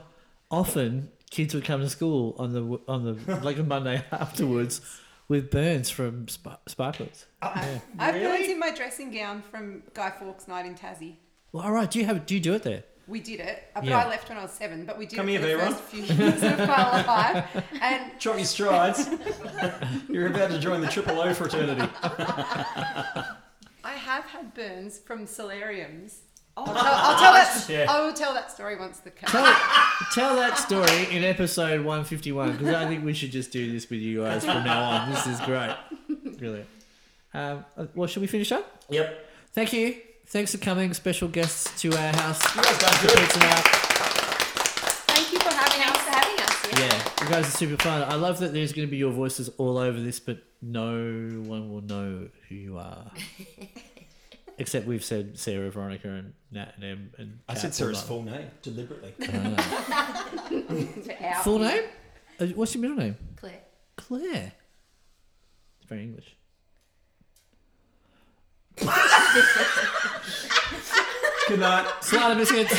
often kids would come to school on the on the like a Monday afterwards with burns from spa- sparklers.
I have burns in my dressing gown from Guy Fawkes' night in Tassie.
Well, all right. Do you have? Do you do it there?
We did it, uh, but
Yeah.
I left when I was seven. But we did
Come
it
here,
for the
Vera.
first few years of my life, and
Drop your strides. You're about to join the Triple O fraternity.
I have had burns from solariums. I'll, tell, I'll tell that.
Yeah.
I will tell that story once the cut.
Tell, tell that story in episode 151 because I think we should just do this with you guys from now on. This is great. Brilliant. Um, uh, well, should we finish up?
Yep.
Thank you. Thanks for coming, special guests to our house.
You guys done good.
Pizza Hut.
Thank you for having us. For having us.
Yeah, you guys are super fun. I love that there's going to be your voices all over this, but no one will know who you are. Except we've said Sarah, Veronica, and Nat and Em. And
I
Kat
said
all
Sarah's
night.
full name deliberately.
to out.
Full name? Uh, What's your middle name?
Claire.
Claire. It's very English.
Good night.
Slide of biscuits.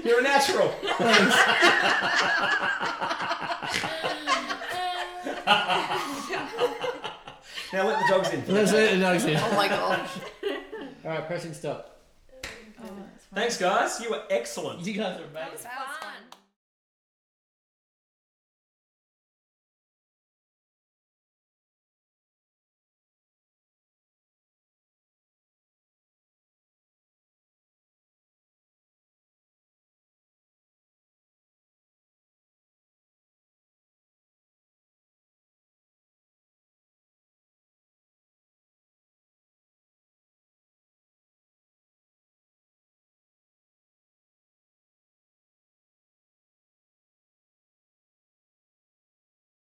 You're a natural. now let the dogs in.
Let's let it know, see.
Oh my gosh.
All right, pressing stop.
Thanks, guys. You were excellent.
You guys are amazing.
Fun.